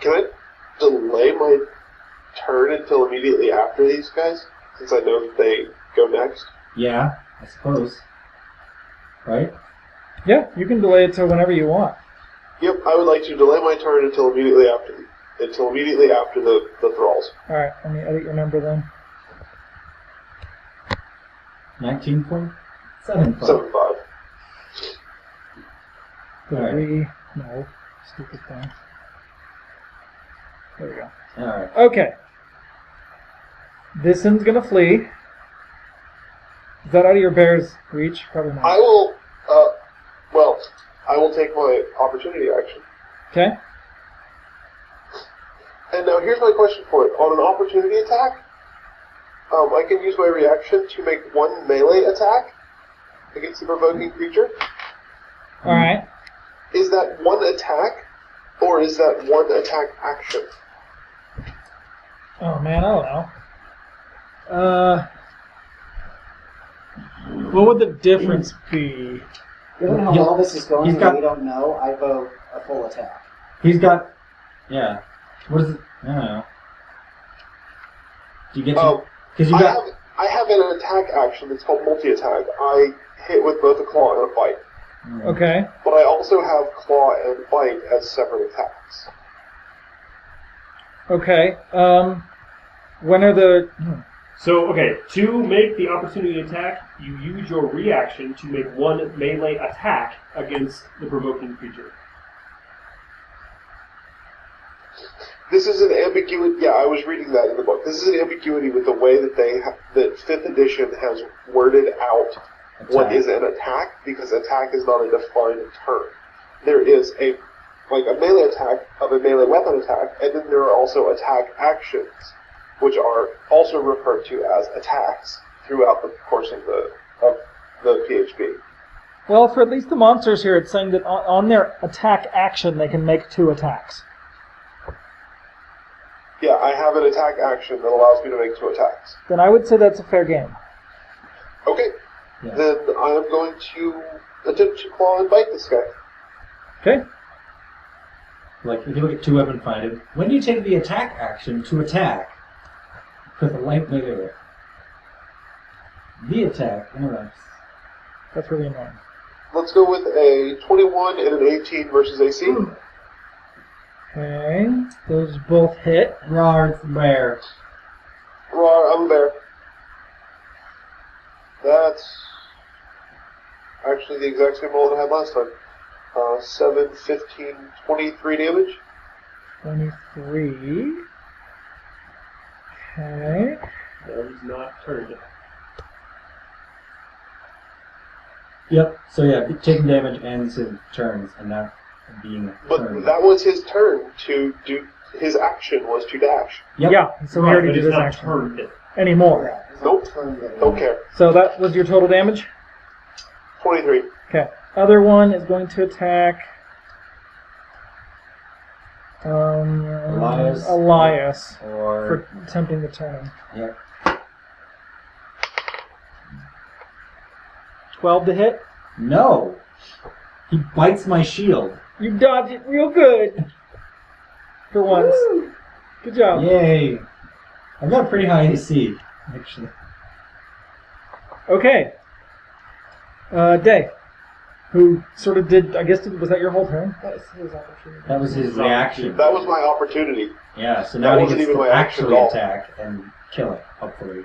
Speaker 6: Can I delay my turn until immediately after these guys, since I know that they go next?
Speaker 2: Yeah, I suppose. Right.
Speaker 1: Yeah, you can delay it to whenever you want.
Speaker 6: Yep, I would like to delay my turn until immediately after the, until immediately after the, the thralls.
Speaker 1: All right, let me edit your number then.
Speaker 2: 19.75.
Speaker 6: Seven five.
Speaker 2: Alright.
Speaker 1: Three. No. Stupid thing. There we go.
Speaker 2: Alright.
Speaker 1: Okay. This one's gonna flee. Is that out of your bear's reach? Probably
Speaker 6: I
Speaker 1: not.
Speaker 6: will. Uh, well, I will take my opportunity action.
Speaker 1: Okay.
Speaker 6: And now here's my question for it: on an opportunity attack, Um, I can use my reaction to make one melee attack against the provoking creature.
Speaker 1: All right.
Speaker 6: Is that one attack, or is that one attack action?
Speaker 1: Oh man, I don't know. Uh, what would the difference be?
Speaker 3: Given how
Speaker 2: Yeah.
Speaker 3: well this is going,
Speaker 2: He's
Speaker 3: and
Speaker 2: got-
Speaker 3: we don't know. I vote a full attack.
Speaker 2: He's got. Yeah. What is it? I don't know. Do you get to.
Speaker 6: Um,
Speaker 2: Because you
Speaker 6: I
Speaker 2: got.
Speaker 6: have I have an attack action that's called multi-attack. I hit with both a claw and a bite,
Speaker 2: Hmm.
Speaker 1: Okay.
Speaker 6: but I also have claw and bite as separate attacks.
Speaker 1: Okay. Um, when are the? hmm.
Speaker 5: So, okay, to make the opportunity attack, you use your reaction to make one melee attack against the provoking creature.
Speaker 6: This is an ambiguity. Yeah, I was reading that in the book. This is an ambiguity with the way that they ha- that Fifth Edition has worded out what
Speaker 2: Attack.
Speaker 6: is an attack because attack is not a defined term. There is a like a melee attack of a melee weapon attack, and then there are also attack actions, which are also referred to as attacks throughout the course of the of the PHB.
Speaker 1: Well, for at least the monsters here, it's saying that on, on their attack action they can make two attacks.
Speaker 6: Yeah, I have an attack action that allows me to make two attacks.
Speaker 1: Then I would say that's a fair game.
Speaker 6: Okay,
Speaker 2: Yeah.
Speaker 6: then I am going to attempt to claw and bite this guy.
Speaker 1: Okay.
Speaker 2: Like, if you look at two weapon find him, when do you take the attack action to attack? With a light melee weapon. The attack interrupts.
Speaker 1: That's really annoying.
Speaker 6: Let's go with a 21 and an 18 versus AC.
Speaker 2: Hmm.
Speaker 1: Okay. Those both hit.
Speaker 2: Rar, bear.
Speaker 6: Roar, I'm a bear. That's actually the exact same roll that I had last time. Uh, 7, 15, 23 damage.
Speaker 1: 23. Okay.
Speaker 5: That is not turned.
Speaker 2: Yep. So yeah, taking damage ends in turns and not being
Speaker 6: But
Speaker 2: turned.
Speaker 6: that was his turn to do. His action was to dash.
Speaker 2: Yep.
Speaker 1: Yeah, so we
Speaker 5: Right,
Speaker 1: already
Speaker 5: but
Speaker 1: did
Speaker 5: it's
Speaker 1: this
Speaker 5: not
Speaker 1: action.
Speaker 5: turned yet.
Speaker 1: Anymore.
Speaker 3: Yeah, it's
Speaker 6: Nope.
Speaker 3: not turn that
Speaker 6: Don't
Speaker 3: way.
Speaker 6: care.
Speaker 1: So that was your total damage?
Speaker 6: 23.
Speaker 1: Okay. Other one is going to attack. Um,
Speaker 2: Elias.
Speaker 1: Elias for
Speaker 2: Or
Speaker 1: attempting to turn him.
Speaker 2: yep.
Speaker 1: 12 to hit.
Speaker 2: No. He bites my shield.
Speaker 1: You dodged it real good. For once. Good job.
Speaker 2: Yay! I've got a pretty high AC actually.
Speaker 1: Okay. Uh, Day. Who sort of did, I guess, did, was that your whole turn?
Speaker 4: That was his opportunity.
Speaker 2: That was his reaction.
Speaker 6: That was my opportunity.
Speaker 2: Yeah. So
Speaker 6: that
Speaker 2: now he
Speaker 6: wasn't
Speaker 2: gets
Speaker 6: even
Speaker 2: to
Speaker 6: my action
Speaker 2: actually
Speaker 6: at all.
Speaker 2: attack and kill it. Hopefully.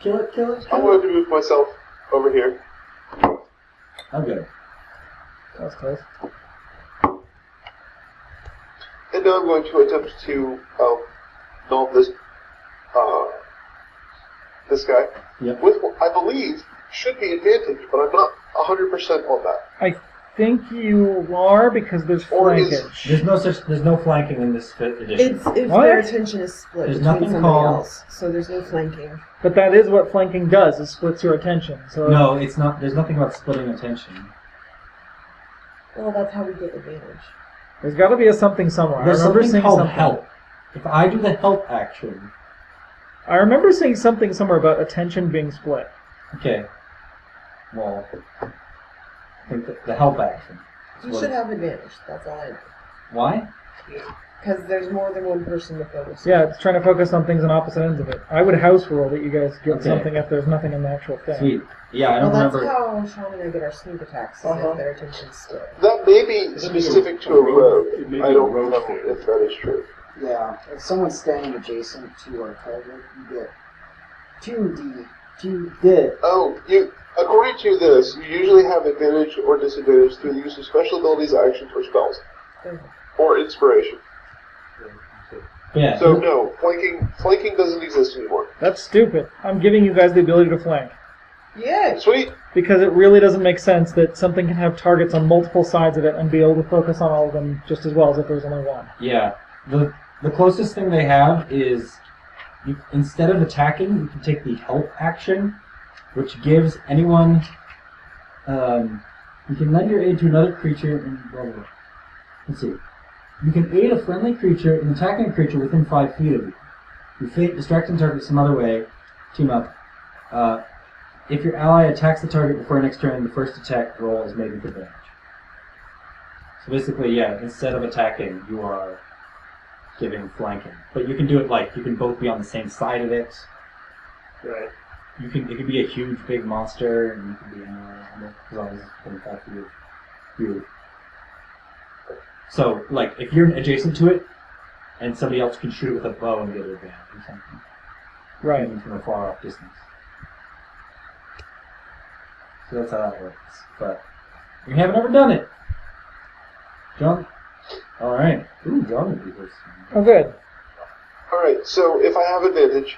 Speaker 2: Kill it! Kill it!
Speaker 6: I'm
Speaker 2: Kill
Speaker 6: going
Speaker 2: it!
Speaker 6: to move myself over here.
Speaker 2: Oh, good.
Speaker 1: That was close.
Speaker 6: And now I'm going to attempt to um, numb this, uh, this guy.
Speaker 2: Yep.
Speaker 6: With what I believe should be advantage, but I'm not 100% on that.
Speaker 1: I think you are because there's
Speaker 6: Or is-
Speaker 1: flankage.
Speaker 2: There's no such. There's no flanking in this fit edition.
Speaker 4: It's if
Speaker 1: What?
Speaker 4: their attention is split
Speaker 2: There's
Speaker 4: between
Speaker 2: nothing
Speaker 4: somebody
Speaker 2: called-
Speaker 4: else, so there's no flanking.
Speaker 1: But that is what flanking does, it splits your attention. So
Speaker 2: no, it's not. There's nothing about splitting attention.
Speaker 4: Well, that's how we get advantage.
Speaker 1: there's got to be a something somewhere.
Speaker 2: There's
Speaker 1: I remember
Speaker 2: something
Speaker 1: seeing
Speaker 2: called
Speaker 1: something.
Speaker 2: help. If I do the help action,
Speaker 1: I remember seeing something somewhere about attention being split.
Speaker 2: okay. Well, I think the, the help action.
Speaker 4: You
Speaker 2: Well,
Speaker 4: should have advantage. That's all I know.
Speaker 2: Why?
Speaker 4: Because there's more than one person to focus. on.
Speaker 1: Yeah, it's trying to focus on things on opposite ends of it. I would house rule that you guys get
Speaker 2: Okay.
Speaker 1: something if there's nothing in the actual thing.
Speaker 2: Sweet. Yeah, I
Speaker 4: Well,
Speaker 2: don't
Speaker 4: that's
Speaker 2: remember.
Speaker 4: how Sean and I get our sneak attacks. Is
Speaker 3: Uh-huh.
Speaker 4: if their attention's split.
Speaker 6: That may be specific to a rogue.
Speaker 5: It may be
Speaker 6: I
Speaker 5: a
Speaker 6: don't
Speaker 5: rogue
Speaker 6: know
Speaker 5: thing.
Speaker 6: if that is true.
Speaker 3: Yeah, if someone's standing adjacent to our target, you get two D, two D.
Speaker 6: Oh, you. According to this, you usually have advantage or disadvantage through the use of special abilities, actions, or spells,
Speaker 4: Okay.
Speaker 6: or inspiration.
Speaker 2: yeah.
Speaker 6: So no, flanking flanking doesn't exist anymore.
Speaker 1: That's stupid. I'm giving you guys the ability to flank.
Speaker 4: Yeah.
Speaker 6: Sweet.
Speaker 1: Because it really doesn't make sense that something can have targets on multiple sides of it and be able to focus on all of them just as well as if there's only one.
Speaker 2: yeah. The the closest thing they have is You, instead of attacking, you can take the help action, which gives anyone. Um, you can lend your aid to another creature and blah, blah, blah. Let's see. You can aid a friendly creature in attacking a creature within five feet of you. You fate, distract, and target some other way. Team up. Uh, if your ally attacks the target before next turn, the first attack roll is made with advantage. So basically, yeah, instead of attacking, you are giving flanking. But you can do it like you can both be on the same side of it.
Speaker 5: Right.
Speaker 2: You can it could be a huge big monster and you can be anywhere around it, as long as it's in fact you you. So like if you're adjacent to it and somebody else can shoot it with a bow and get an advantage or something.
Speaker 1: Right.
Speaker 2: Even from a far off distance. So that's how that works. But we haven't ever done it. John Alright. Ooh, John would be first.
Speaker 1: Oh, good.
Speaker 6: All right. So if I have advantage,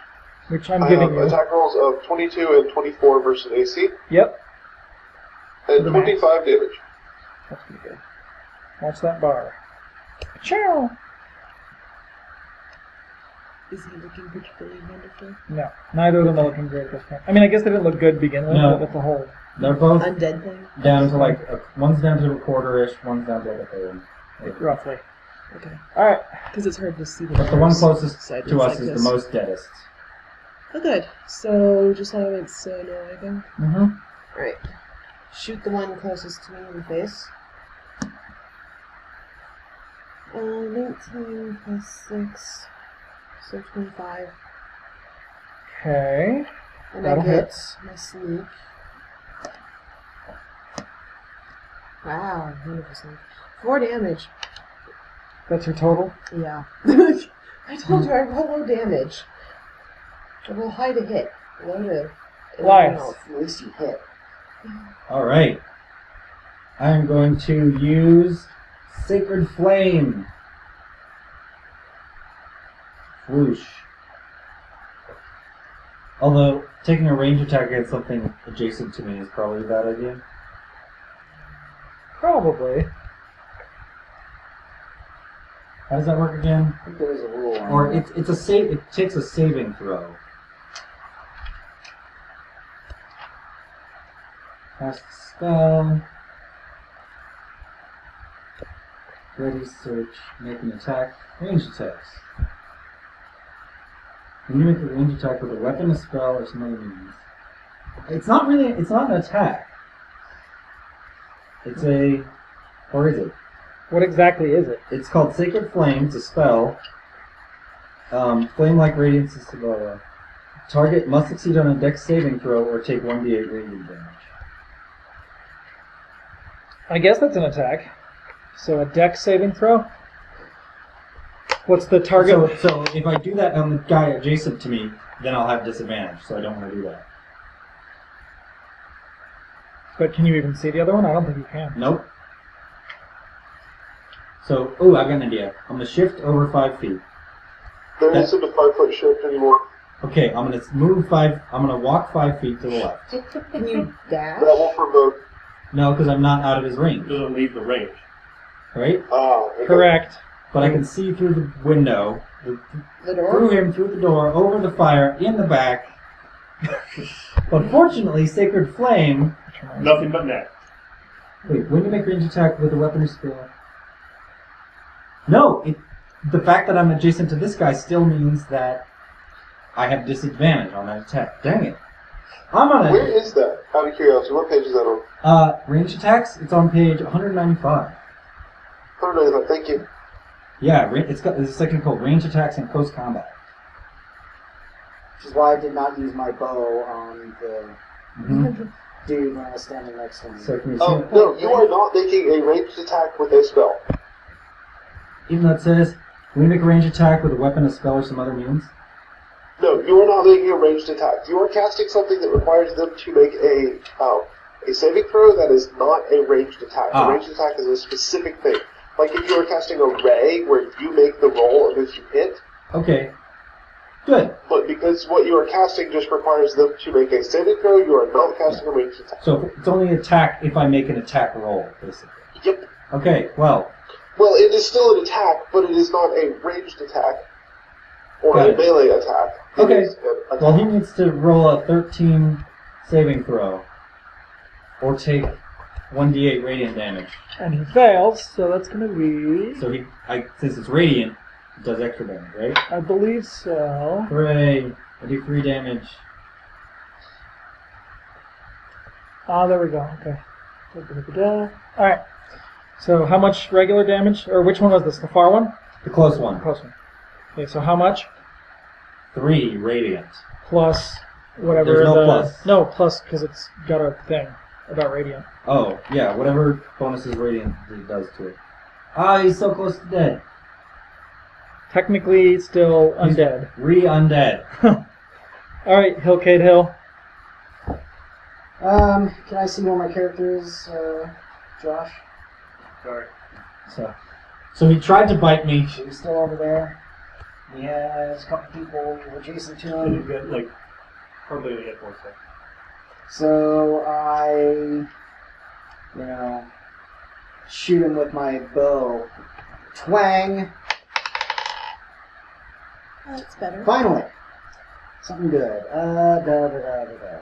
Speaker 1: Which I'm
Speaker 6: I have
Speaker 1: giving you.
Speaker 6: attack rolls of 22 and 24 versus AC
Speaker 1: Yep.
Speaker 6: and
Speaker 1: The max.
Speaker 6: 25 damage.
Speaker 1: That's pretty good. Watch that bar. Ciao.
Speaker 4: Is he looking particularly wonderful?
Speaker 1: No, neither of them are looking great at this point. I mean, I guess they didn't look good to begin with,
Speaker 2: No.
Speaker 1: but with the whole.
Speaker 2: They're both
Speaker 4: Undead thing?
Speaker 2: down to like a, one's down to a quarter ish, one's down to like a third.
Speaker 1: Roughly.
Speaker 4: Okay.
Speaker 1: All right.
Speaker 4: Because it's hard to see the
Speaker 2: But the one
Speaker 4: numbers
Speaker 2: closest
Speaker 4: sideways
Speaker 2: to us
Speaker 4: like
Speaker 2: is the
Speaker 4: this.
Speaker 2: most deadest.
Speaker 4: Oh, good. So, just have it say no, I think.
Speaker 2: Mm-hmm.
Speaker 4: Alright. Shoot the one closest to me in the face. Uh, 19 plus 6, so 25.
Speaker 1: Okay.
Speaker 4: And
Speaker 1: That'll
Speaker 4: I get my sneak. Wow, wonderful sneak. Four damage.
Speaker 1: That's your total.
Speaker 4: Yeah. I told you I roll low damage. I roll high to hit, low to.
Speaker 1: Lies.
Speaker 4: Wow.
Speaker 3: At least you hit.
Speaker 2: All right. I am going to use Sacred Flame. Whoosh. Although taking a range attack against something adjacent to me is probably a bad idea.
Speaker 1: Probably.
Speaker 2: How does that work again?
Speaker 3: I think there was a rule on
Speaker 2: Or
Speaker 3: that.
Speaker 2: it's it's a save. It takes a saving throw. Cast the spell. Ready, search, make an attack, range attacks. When you make a range attack with a weapon, a spell, or some other means, it's not really. It's not an attack. It's a, or is it?
Speaker 1: What exactly is it?
Speaker 2: It's called Sacred Flame. It's a spell. Um, flame-like radiance is blah, blah. Target must succeed on a Dex saving throw or take 1d8 radiant damage.
Speaker 1: I guess that's an attack. So a deck saving throw. What's the target?
Speaker 2: So, so if I do that on the guy adjacent to me, then I'll have disadvantage. So I don't want to do that.
Speaker 1: but can you even see the other one? I don't think you can.
Speaker 2: Nope. So, oh, I got an idea. I'm gonna shift over five feet.
Speaker 6: There
Speaker 2: That-
Speaker 6: isn't a five foot shift anymore.
Speaker 2: Okay, I'm gonna move five. I'm gonna walk five feet to the left.
Speaker 4: Can you dash?
Speaker 6: That will promote.
Speaker 2: No, because I'm not out of his
Speaker 5: It
Speaker 2: range,
Speaker 5: doesn't leave the range.
Speaker 2: right?
Speaker 6: Ah, okay.
Speaker 1: Correct.
Speaker 2: But I can see through the window, the
Speaker 4: The door?
Speaker 2: threw him through the door, over the fire, in the back. but fortunately, Sacred Flame.
Speaker 5: Nothing but net.
Speaker 2: Wait, when you make range attack with a weapon or spell. No, it, the fact that I'm adjacent to this guy still means that I have disadvantage on that attack. Dang it! I'm on
Speaker 6: Where
Speaker 2: a
Speaker 6: is that? Out of curiosity, what page is that on?
Speaker 2: uh, range attacks. It's on page 195.
Speaker 6: I don't know. but Thank you.
Speaker 2: Yeah, ra- it's got there's a section called range attacks and close combat.
Speaker 3: Which is why I did not use my bow on the
Speaker 2: hmm
Speaker 3: dude when I was standing next to him.
Speaker 2: So can you see?
Speaker 6: Oh no, you are not making a ranged attack with a spell.
Speaker 2: Even though it says when you make a range attack with a weapon, a spell, or some other means.
Speaker 6: No, you are not making a ranged attack. You are casting something that requires them to make a oh, a saving throw that is not a ranged attack.
Speaker 2: Ah.
Speaker 6: A ranged attack is a specific thing. Like if you were casting a ray where you make the roll against you hit,
Speaker 2: Okay. Good.
Speaker 6: but because what you are casting just requires them to make a saving throw, you are not casting a ranged attack.
Speaker 2: So it's only attack if I make an attack roll, basically.
Speaker 6: Yep.
Speaker 2: Okay, well,
Speaker 6: Well, it is still an attack, but it is not a ranged attack. or
Speaker 2: Got
Speaker 6: a
Speaker 2: it.
Speaker 6: melee attack. He
Speaker 2: Okay.
Speaker 6: needs an attack.
Speaker 2: Well, he needs to roll a 13 saving throw, or take 1d8 radiant damage.
Speaker 1: And he fails, so that's going to be.
Speaker 2: So he, I, since it's radiant, it does extra damage, right?
Speaker 1: I believe so.
Speaker 2: Hooray! I do three damage.
Speaker 1: Ah, there we go. Okay. Alright. So how much regular damage? Or which one was this? The far one?
Speaker 2: The close one.
Speaker 1: Close one. Okay, so how much?
Speaker 2: Three radiant.
Speaker 1: Plus whatever
Speaker 2: There's no
Speaker 1: the.
Speaker 2: plus.
Speaker 1: No, plus, because it's got a thing about radiant.
Speaker 2: Oh, yeah, whatever bonuses radiant it does to it. Ah, he's so close to dead.
Speaker 1: Technically, still
Speaker 2: He's-
Speaker 1: undead.
Speaker 2: Re undead.
Speaker 1: Alright, Hillcade Hill.
Speaker 3: Um, can I see where my character is, uh, Josh?
Speaker 5: Sorry.
Speaker 2: So, so he tried to bite me.
Speaker 3: He's still over there. He has a couple people adjacent to
Speaker 1: Um,
Speaker 5: And you've
Speaker 3: him.
Speaker 5: got like hardly any hit points left.
Speaker 3: So I, you know, shoot him with my bow. Twang!
Speaker 4: Oh, that's better.
Speaker 3: Finally! Something good. Uh, da da da da da. da.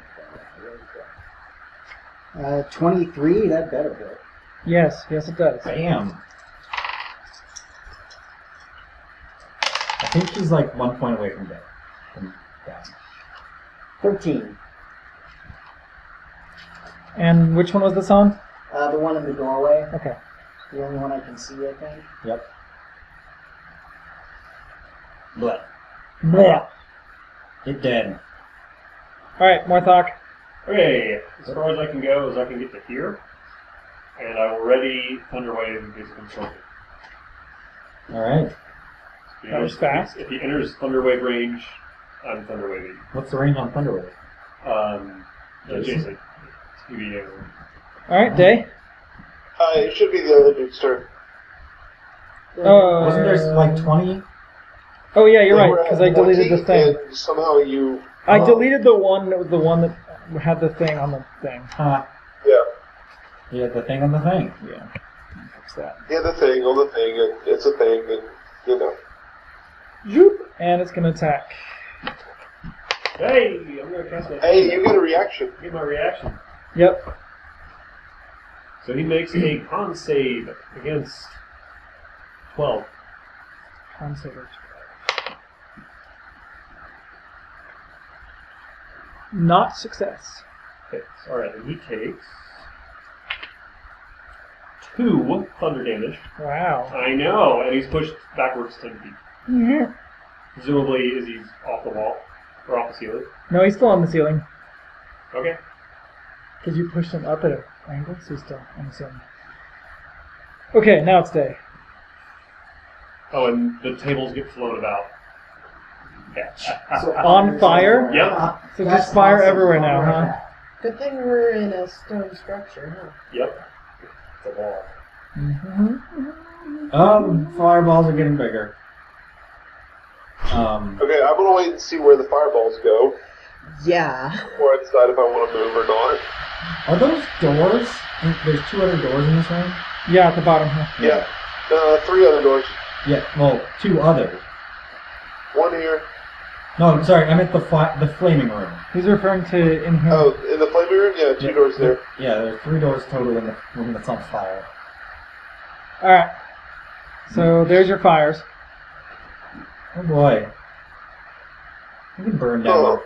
Speaker 3: There we go. Uh, 23, that better hit.
Speaker 1: Yes, yes, it does.
Speaker 2: Bam. I think he's like one point away from dead. From down.
Speaker 3: 13.
Speaker 1: And which one was this on?
Speaker 3: Uh, the one in the doorway,
Speaker 1: Okay.
Speaker 3: the only one I can see, I think.
Speaker 2: Yep. But
Speaker 1: Yeah.
Speaker 2: it dead.
Speaker 1: Alright, Morthok.
Speaker 5: Okay, as far as I can go is I can get to here, and I will ready Thunder Wave in case it comes short.
Speaker 2: All right.
Speaker 5: If he
Speaker 1: That was
Speaker 5: enters-
Speaker 1: fast.
Speaker 5: If he enters Thunder Wave range, I'm Thunder Waving.
Speaker 2: What's the range on Thunderwave?
Speaker 5: Um,
Speaker 2: Jason.
Speaker 5: Jason. TBA.
Speaker 1: Alright, Day.
Speaker 6: Uh, it should be the other dude's turn.
Speaker 1: Uh,
Speaker 2: Wasn't there like twenty?
Speaker 1: Oh, yeah, you're
Speaker 6: They
Speaker 1: right,
Speaker 6: were at
Speaker 1: because I deleted the
Speaker 6: 20,
Speaker 1: thing.
Speaker 6: And somehow you. um,
Speaker 1: I
Speaker 2: Oh.
Speaker 1: deleted the one that was the one that had the thing on the thing.
Speaker 2: Huh.
Speaker 6: Yeah.
Speaker 2: Yeah, the thing on the thing.
Speaker 1: Yeah. Fix that.
Speaker 6: Yeah, the thing, all the thing, and it's a thing, and, you know.
Speaker 1: Zoop. And it's gonna attack.
Speaker 5: Hey, I'm gonna cast my.
Speaker 6: Hey, you get a reaction.
Speaker 5: Get my reaction.
Speaker 1: Yep.
Speaker 5: So he makes a con save against twelve.
Speaker 1: Con saver. Not success.
Speaker 5: Okay, all right, and he takes two thunder damage.
Speaker 1: Wow.
Speaker 5: I know, and he's pushed backwards ten feet.
Speaker 2: Mm-hmm.
Speaker 1: Yeah.
Speaker 5: Presumably, is he's off the wall or off the ceiling?
Speaker 1: No, he's still on the ceiling
Speaker 5: Okay.
Speaker 1: because you pushed him up at an angle, so he's still on the ceiling. Okay, now it's day.
Speaker 5: Oh, and the tables get flown about. Yeah.
Speaker 3: So
Speaker 1: On fire?
Speaker 5: Yep.
Speaker 1: So
Speaker 3: That's
Speaker 1: just fire
Speaker 3: awesome.
Speaker 1: everywhere now,
Speaker 3: Fire
Speaker 1: huh?
Speaker 3: back.
Speaker 4: Good thing we're in a stone structure,
Speaker 5: yep. It's a wall.
Speaker 1: Mm-hmm.
Speaker 2: Oh, the fireballs are getting bigger. Um.
Speaker 6: Okay, I'm gonna wait and see where the fireballs go
Speaker 4: huh? Yeah.
Speaker 6: before I decide if I want to move or not.
Speaker 2: Are those doors? There's two other doors in this room.
Speaker 1: Yeah, at the bottom. Huh?
Speaker 6: Yeah. Uh, three other doors.
Speaker 2: Yeah. Well, two others.
Speaker 6: One here.
Speaker 2: No, I'm sorry. I meant the fi- the flaming room.
Speaker 1: He's referring to in here.
Speaker 6: Oh, in the flaming room? Yeah, two
Speaker 2: Yeah.
Speaker 6: doors there.
Speaker 2: Yeah, there are three doors total in the room that's on fire.
Speaker 1: All right. So there's your fires.
Speaker 2: Oh boy. We can burn down.
Speaker 6: Oh.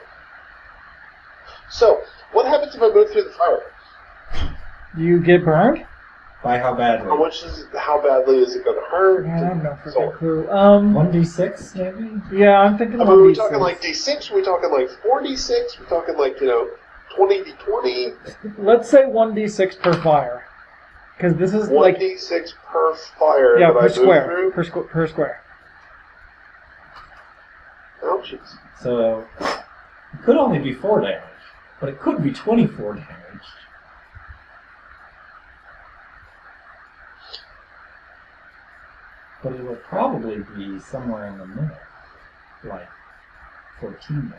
Speaker 6: So, what happens if I move through the fire?
Speaker 1: You get burned.
Speaker 2: By how badly?
Speaker 6: How much is how badly is it gonna hurt?
Speaker 1: Man, I have no
Speaker 6: So,
Speaker 1: freaking clue. Um,
Speaker 2: 1d6 maybe?
Speaker 1: yeah, I'm thinking
Speaker 6: I
Speaker 1: about
Speaker 6: mean, are we
Speaker 1: these
Speaker 6: talking
Speaker 1: things.
Speaker 6: like D6? Are we talking like 4D6? Are we talking like, you know, 20D20?
Speaker 1: Let's say one d6 per fire, because this is like
Speaker 6: 1D6 per fire
Speaker 1: yeah
Speaker 6: that I
Speaker 1: per
Speaker 6: move
Speaker 1: square
Speaker 6: through?
Speaker 1: per, squ- per square.
Speaker 6: Oh, jeez.
Speaker 2: So it could only be 4 damage, but it could be 24 damage. But it will probably be somewhere in the middle. Like 14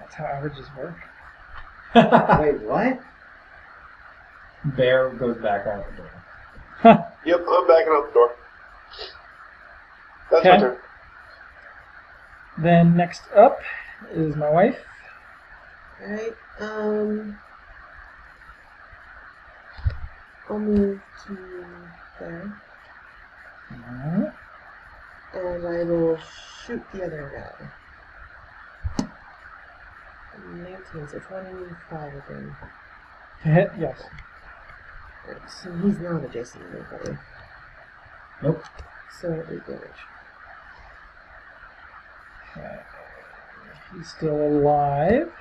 Speaker 1: That's how averages work.
Speaker 2: damage.
Speaker 3: Wait, what?
Speaker 2: Bear goes back out the door.
Speaker 6: Yep, I'm backing out the door. That's
Speaker 1: Okay.
Speaker 6: my turn.
Speaker 1: Then next up is my wife.
Speaker 4: Alright, um. I'll move to there.
Speaker 1: Alright.
Speaker 4: And I will shoot the other guy. 19, so 25 again.
Speaker 1: To hit, yes.
Speaker 4: Alright, so he's not adjacent to anybody.
Speaker 2: Nope.
Speaker 4: So 8 damage.
Speaker 1: He's still alive.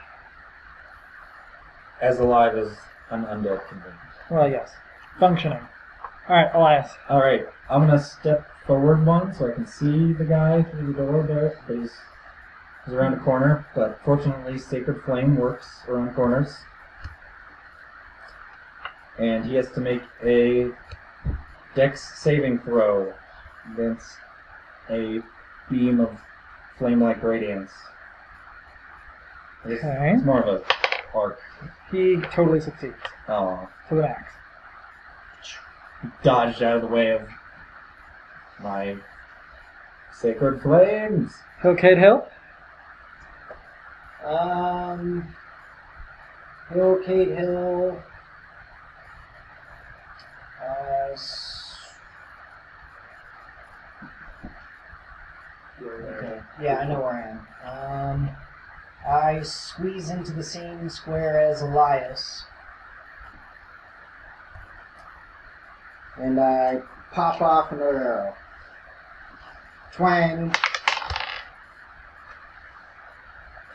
Speaker 2: As alive as an undead can be.
Speaker 1: Well, yes. Functioning. Alright, Elias.
Speaker 2: All right, I'm gonna step forward one so I can see the guy through the door there. But he's, he's around a corner, but fortunately, Sacred Flame works around corners, and he has to make a Dex saving throw against a beam of flame-like radiance. It's,
Speaker 1: Okay.
Speaker 2: it's more of a arc.
Speaker 1: He totally succeeds
Speaker 2: Oh,
Speaker 1: to the max.
Speaker 2: he dodged out of the way of my Sacred Flames.
Speaker 1: Hill Cade Hill?
Speaker 3: Um, Hill, Kate Hill. Uh, s- okay. Yeah, I know where I am. Um, I squeeze into the same square as Elias. And I pop off another arrow. Twang.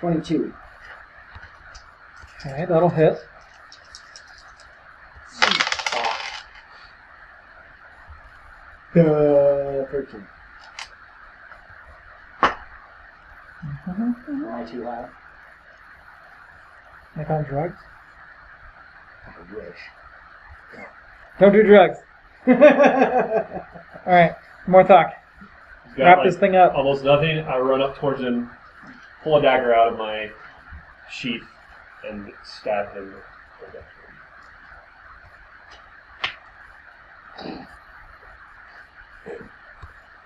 Speaker 3: 22.
Speaker 1: Okay, that'll hit.
Speaker 3: Uh, 13. Am I too loud?
Speaker 1: Like on drugs?
Speaker 3: I wish.
Speaker 1: Don't do drugs. Alright, Morthok,
Speaker 5: He's got,
Speaker 1: wrap
Speaker 5: like,
Speaker 1: this thing up.
Speaker 5: almost nothing. I run up towards him, pull a dagger out of my sheath, and stab him. with it.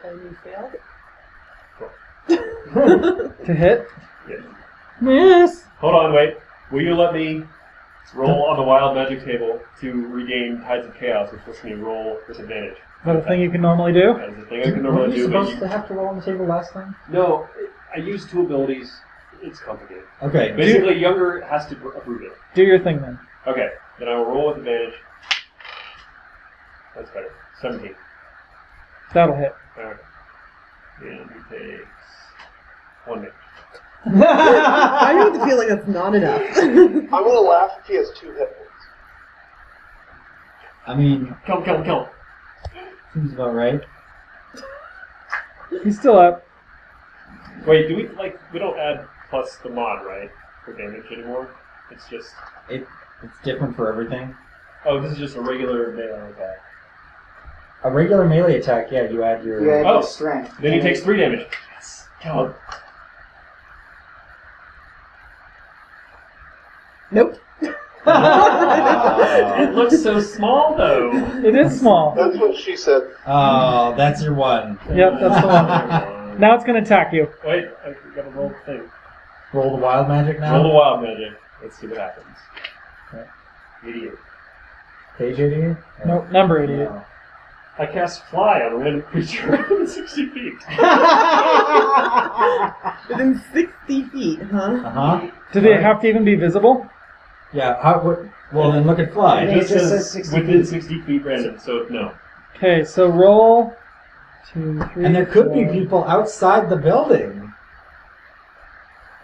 Speaker 4: And you failed?
Speaker 1: To hit?
Speaker 5: Yeah.
Speaker 1: Yes!
Speaker 5: Hold on, wait. Will you let me roll on the wild magic table to regain Tides of Chaos, which lets me roll with advantage?
Speaker 1: Is that a thing you can normally do?
Speaker 5: That is the thing I can normally do, but you...
Speaker 2: have to roll on the table last time?
Speaker 5: No, I use two abilities. It's complicated.
Speaker 2: Okay.
Speaker 5: Basically, Younger has to approve it.
Speaker 1: Do your thing then.
Speaker 5: Okay, then I will roll with advantage. That's better. 17.
Speaker 1: That'll hit.
Speaker 5: Alright. And he takes one damage.
Speaker 4: I have the feeling that's not enough.
Speaker 6: I'm gonna laugh if he has two hit points.
Speaker 2: I mean,
Speaker 5: Kill him, kill him, kill him.
Speaker 2: seems about right.
Speaker 1: He's still up.
Speaker 5: Wait, do we, like, we don't add plus the mod, right? For damage anymore? It's just.
Speaker 2: It's different for everything.
Speaker 5: Oh, this is just a regular melee attack.
Speaker 2: A regular melee attack, yeah, you add your.
Speaker 3: You had
Speaker 5: Oh.
Speaker 3: your strength.
Speaker 5: Then he takes three damage. Yes. Kill him.
Speaker 4: nope.
Speaker 2: Uh,
Speaker 5: It looks so small, though.
Speaker 1: It is small.
Speaker 6: That's what she said.
Speaker 2: Oh, that's your one.
Speaker 1: Yep, that's the
Speaker 5: one.
Speaker 1: Now it's gonna attack you.
Speaker 5: Wait, I gotta roll the thing.
Speaker 2: Roll the wild magic
Speaker 5: Roll the
Speaker 2: now.
Speaker 5: wild magic. Let's see what happens.
Speaker 2: Okay.
Speaker 5: Idiot.
Speaker 2: Page 88?
Speaker 1: Nope, number idiot.
Speaker 2: No.
Speaker 5: I cast fly on a random creature within 60 feet.
Speaker 4: Within 60 feet, huh?
Speaker 2: Uh huh.
Speaker 1: Do they have to even be visible?
Speaker 2: Yeah, how, what, well, then look at fly.
Speaker 3: Yeah.
Speaker 5: It just
Speaker 3: just
Speaker 5: says
Speaker 3: says 60
Speaker 5: within 60 feet random, so no.
Speaker 1: Okay, so roll two, three.
Speaker 2: And there could be
Speaker 1: four.
Speaker 2: people outside the building.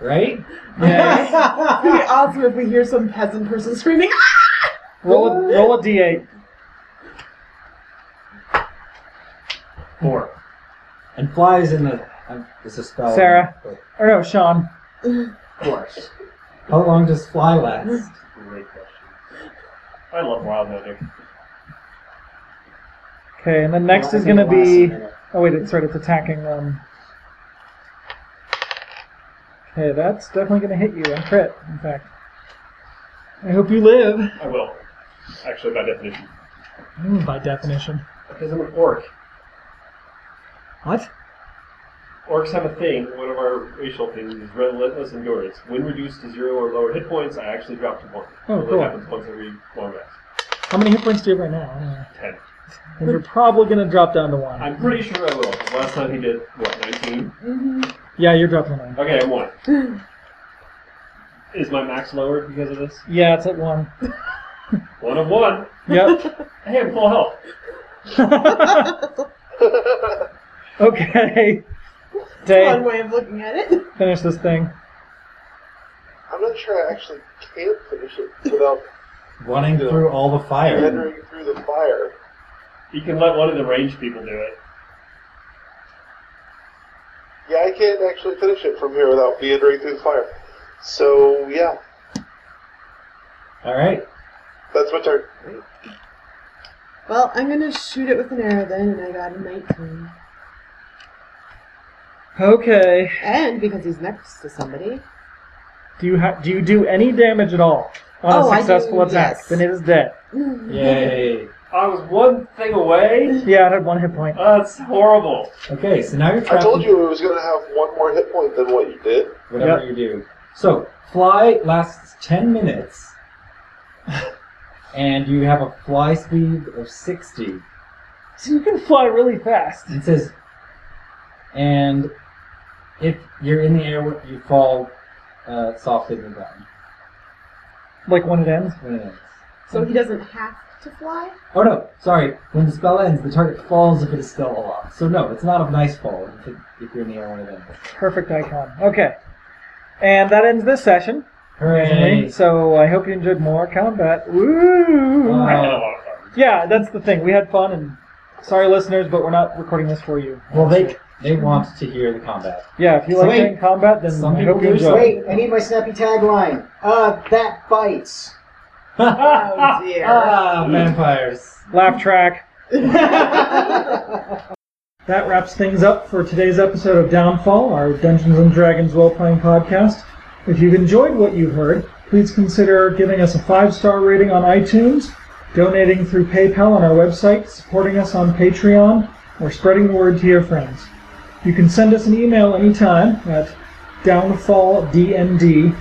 Speaker 2: Right?
Speaker 1: Yes.
Speaker 4: It's gonna be awesome if we hear some peasant person screaming. "Ah!"
Speaker 1: Roll a, roll a d8.
Speaker 5: Four.
Speaker 2: And fly is in the. Um, it's a spell.
Speaker 1: Sarah. Or no, Sean.
Speaker 3: Of course.
Speaker 2: How long does fly last?
Speaker 5: Great question. I love wild magic.
Speaker 1: Okay, and then next is gonna be. Oh wait, it's right. It's attacking. Um. Okay, that's definitely gonna hit you and crit. In fact, I hope you live.
Speaker 5: I will. Actually, by definition.
Speaker 1: Mm, by definition.
Speaker 5: Because I'm an orc.
Speaker 1: What?
Speaker 5: Orcs have a thing. One of our racial things is relentless endurance. When reduced to zero or lower hit points, I actually drop to one.
Speaker 1: Oh,
Speaker 5: It
Speaker 1: cool.
Speaker 5: only happens once every long rest.
Speaker 1: How many hit points do you have right now? Anyway,
Speaker 5: Ten.
Speaker 1: And you're probably going to drop down to one.
Speaker 5: I'm pretty sure I will. Last time he did what? Nineteen.
Speaker 4: hmm
Speaker 1: yeah, you're dropping to one.
Speaker 5: Okay, I'm one. Is my max lowered because of this?
Speaker 1: Yeah, it's at one.
Speaker 5: One of one.
Speaker 1: Yep.
Speaker 5: Hey, I'm full health.
Speaker 1: okay.
Speaker 4: One
Speaker 1: Dave,
Speaker 4: way of looking at it.
Speaker 1: finish this thing.
Speaker 6: I'm not sure I actually can finish it without
Speaker 2: Running
Speaker 6: Yeah.
Speaker 2: through all the fire.
Speaker 6: rendering through the fire.
Speaker 5: You can let one of the range people do it.
Speaker 6: Yeah, I can't actually finish it from here without meandering through the fire. So yeah,
Speaker 2: All right.
Speaker 6: that's my turn.
Speaker 4: Well, I'm gonna shoot it with an arrow then, and I got a 19.
Speaker 1: Okay.
Speaker 4: And because he's next to somebody,
Speaker 1: Do you ha- do you do any damage at all on
Speaker 4: Oh,
Speaker 1: a
Speaker 4: I
Speaker 1: successful
Speaker 4: do,
Speaker 1: attack?
Speaker 4: yes.
Speaker 1: Then it is dead.
Speaker 2: Yay.
Speaker 5: I was one thing away.
Speaker 1: Yeah, it had one hit point.
Speaker 5: Oh, that's horrible.
Speaker 2: Okay, so now you're
Speaker 6: I
Speaker 2: trapped.
Speaker 6: told you it was going to have one more hit point than what you did.
Speaker 2: Whatever you do. So fly lasts ten minutes, and you have a fly speed of sixty.
Speaker 1: So you can fly really fast.
Speaker 2: It says, and if you're in the air, you fall uh, softly to the ground.
Speaker 1: Like when it ends.
Speaker 2: When it ends.
Speaker 4: so he doesn't have to fly.
Speaker 2: Oh no, sorry. When the spell ends, the target falls if it is still alive. So no, it's not a nice fall if, it, if you're in the air when it ends.
Speaker 1: Perfect icon. Okay. And that ends this session.
Speaker 2: Hooray!
Speaker 1: So I hope you enjoyed more combat. Woo!
Speaker 5: I
Speaker 2: Wow.
Speaker 5: had a lot of fun.
Speaker 1: Yeah, that's the thing. We had fun, and sorry, listeners, but we're not recording this for you.
Speaker 2: Well, they they want to hear the combat.
Speaker 1: Yeah, if you
Speaker 2: So
Speaker 1: like
Speaker 2: wait,
Speaker 1: playing combat, then
Speaker 2: some
Speaker 1: I
Speaker 2: people
Speaker 1: hope you
Speaker 2: do
Speaker 1: enjoy.
Speaker 3: Wait, I need my snappy tagline. Uh, that bites.
Speaker 4: Oh dear.
Speaker 2: ah, vampires.
Speaker 1: Laugh track.
Speaker 3: Thanks
Speaker 1: That wraps things up for today's episode of Downfall, our Dungeons and Dragons role playing podcast. If you've enjoyed what you've heard, please consider giving us a five star rating on iTunes, donating through PayPal on our website, supporting us on Patreon, or spreading the word to your friends. You can send us an email anytime at downfalldnd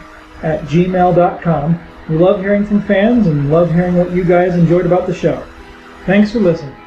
Speaker 1: at gmail.com. We love hearing from fans and love hearing what you guys enjoyed about the show. Thanks for listening.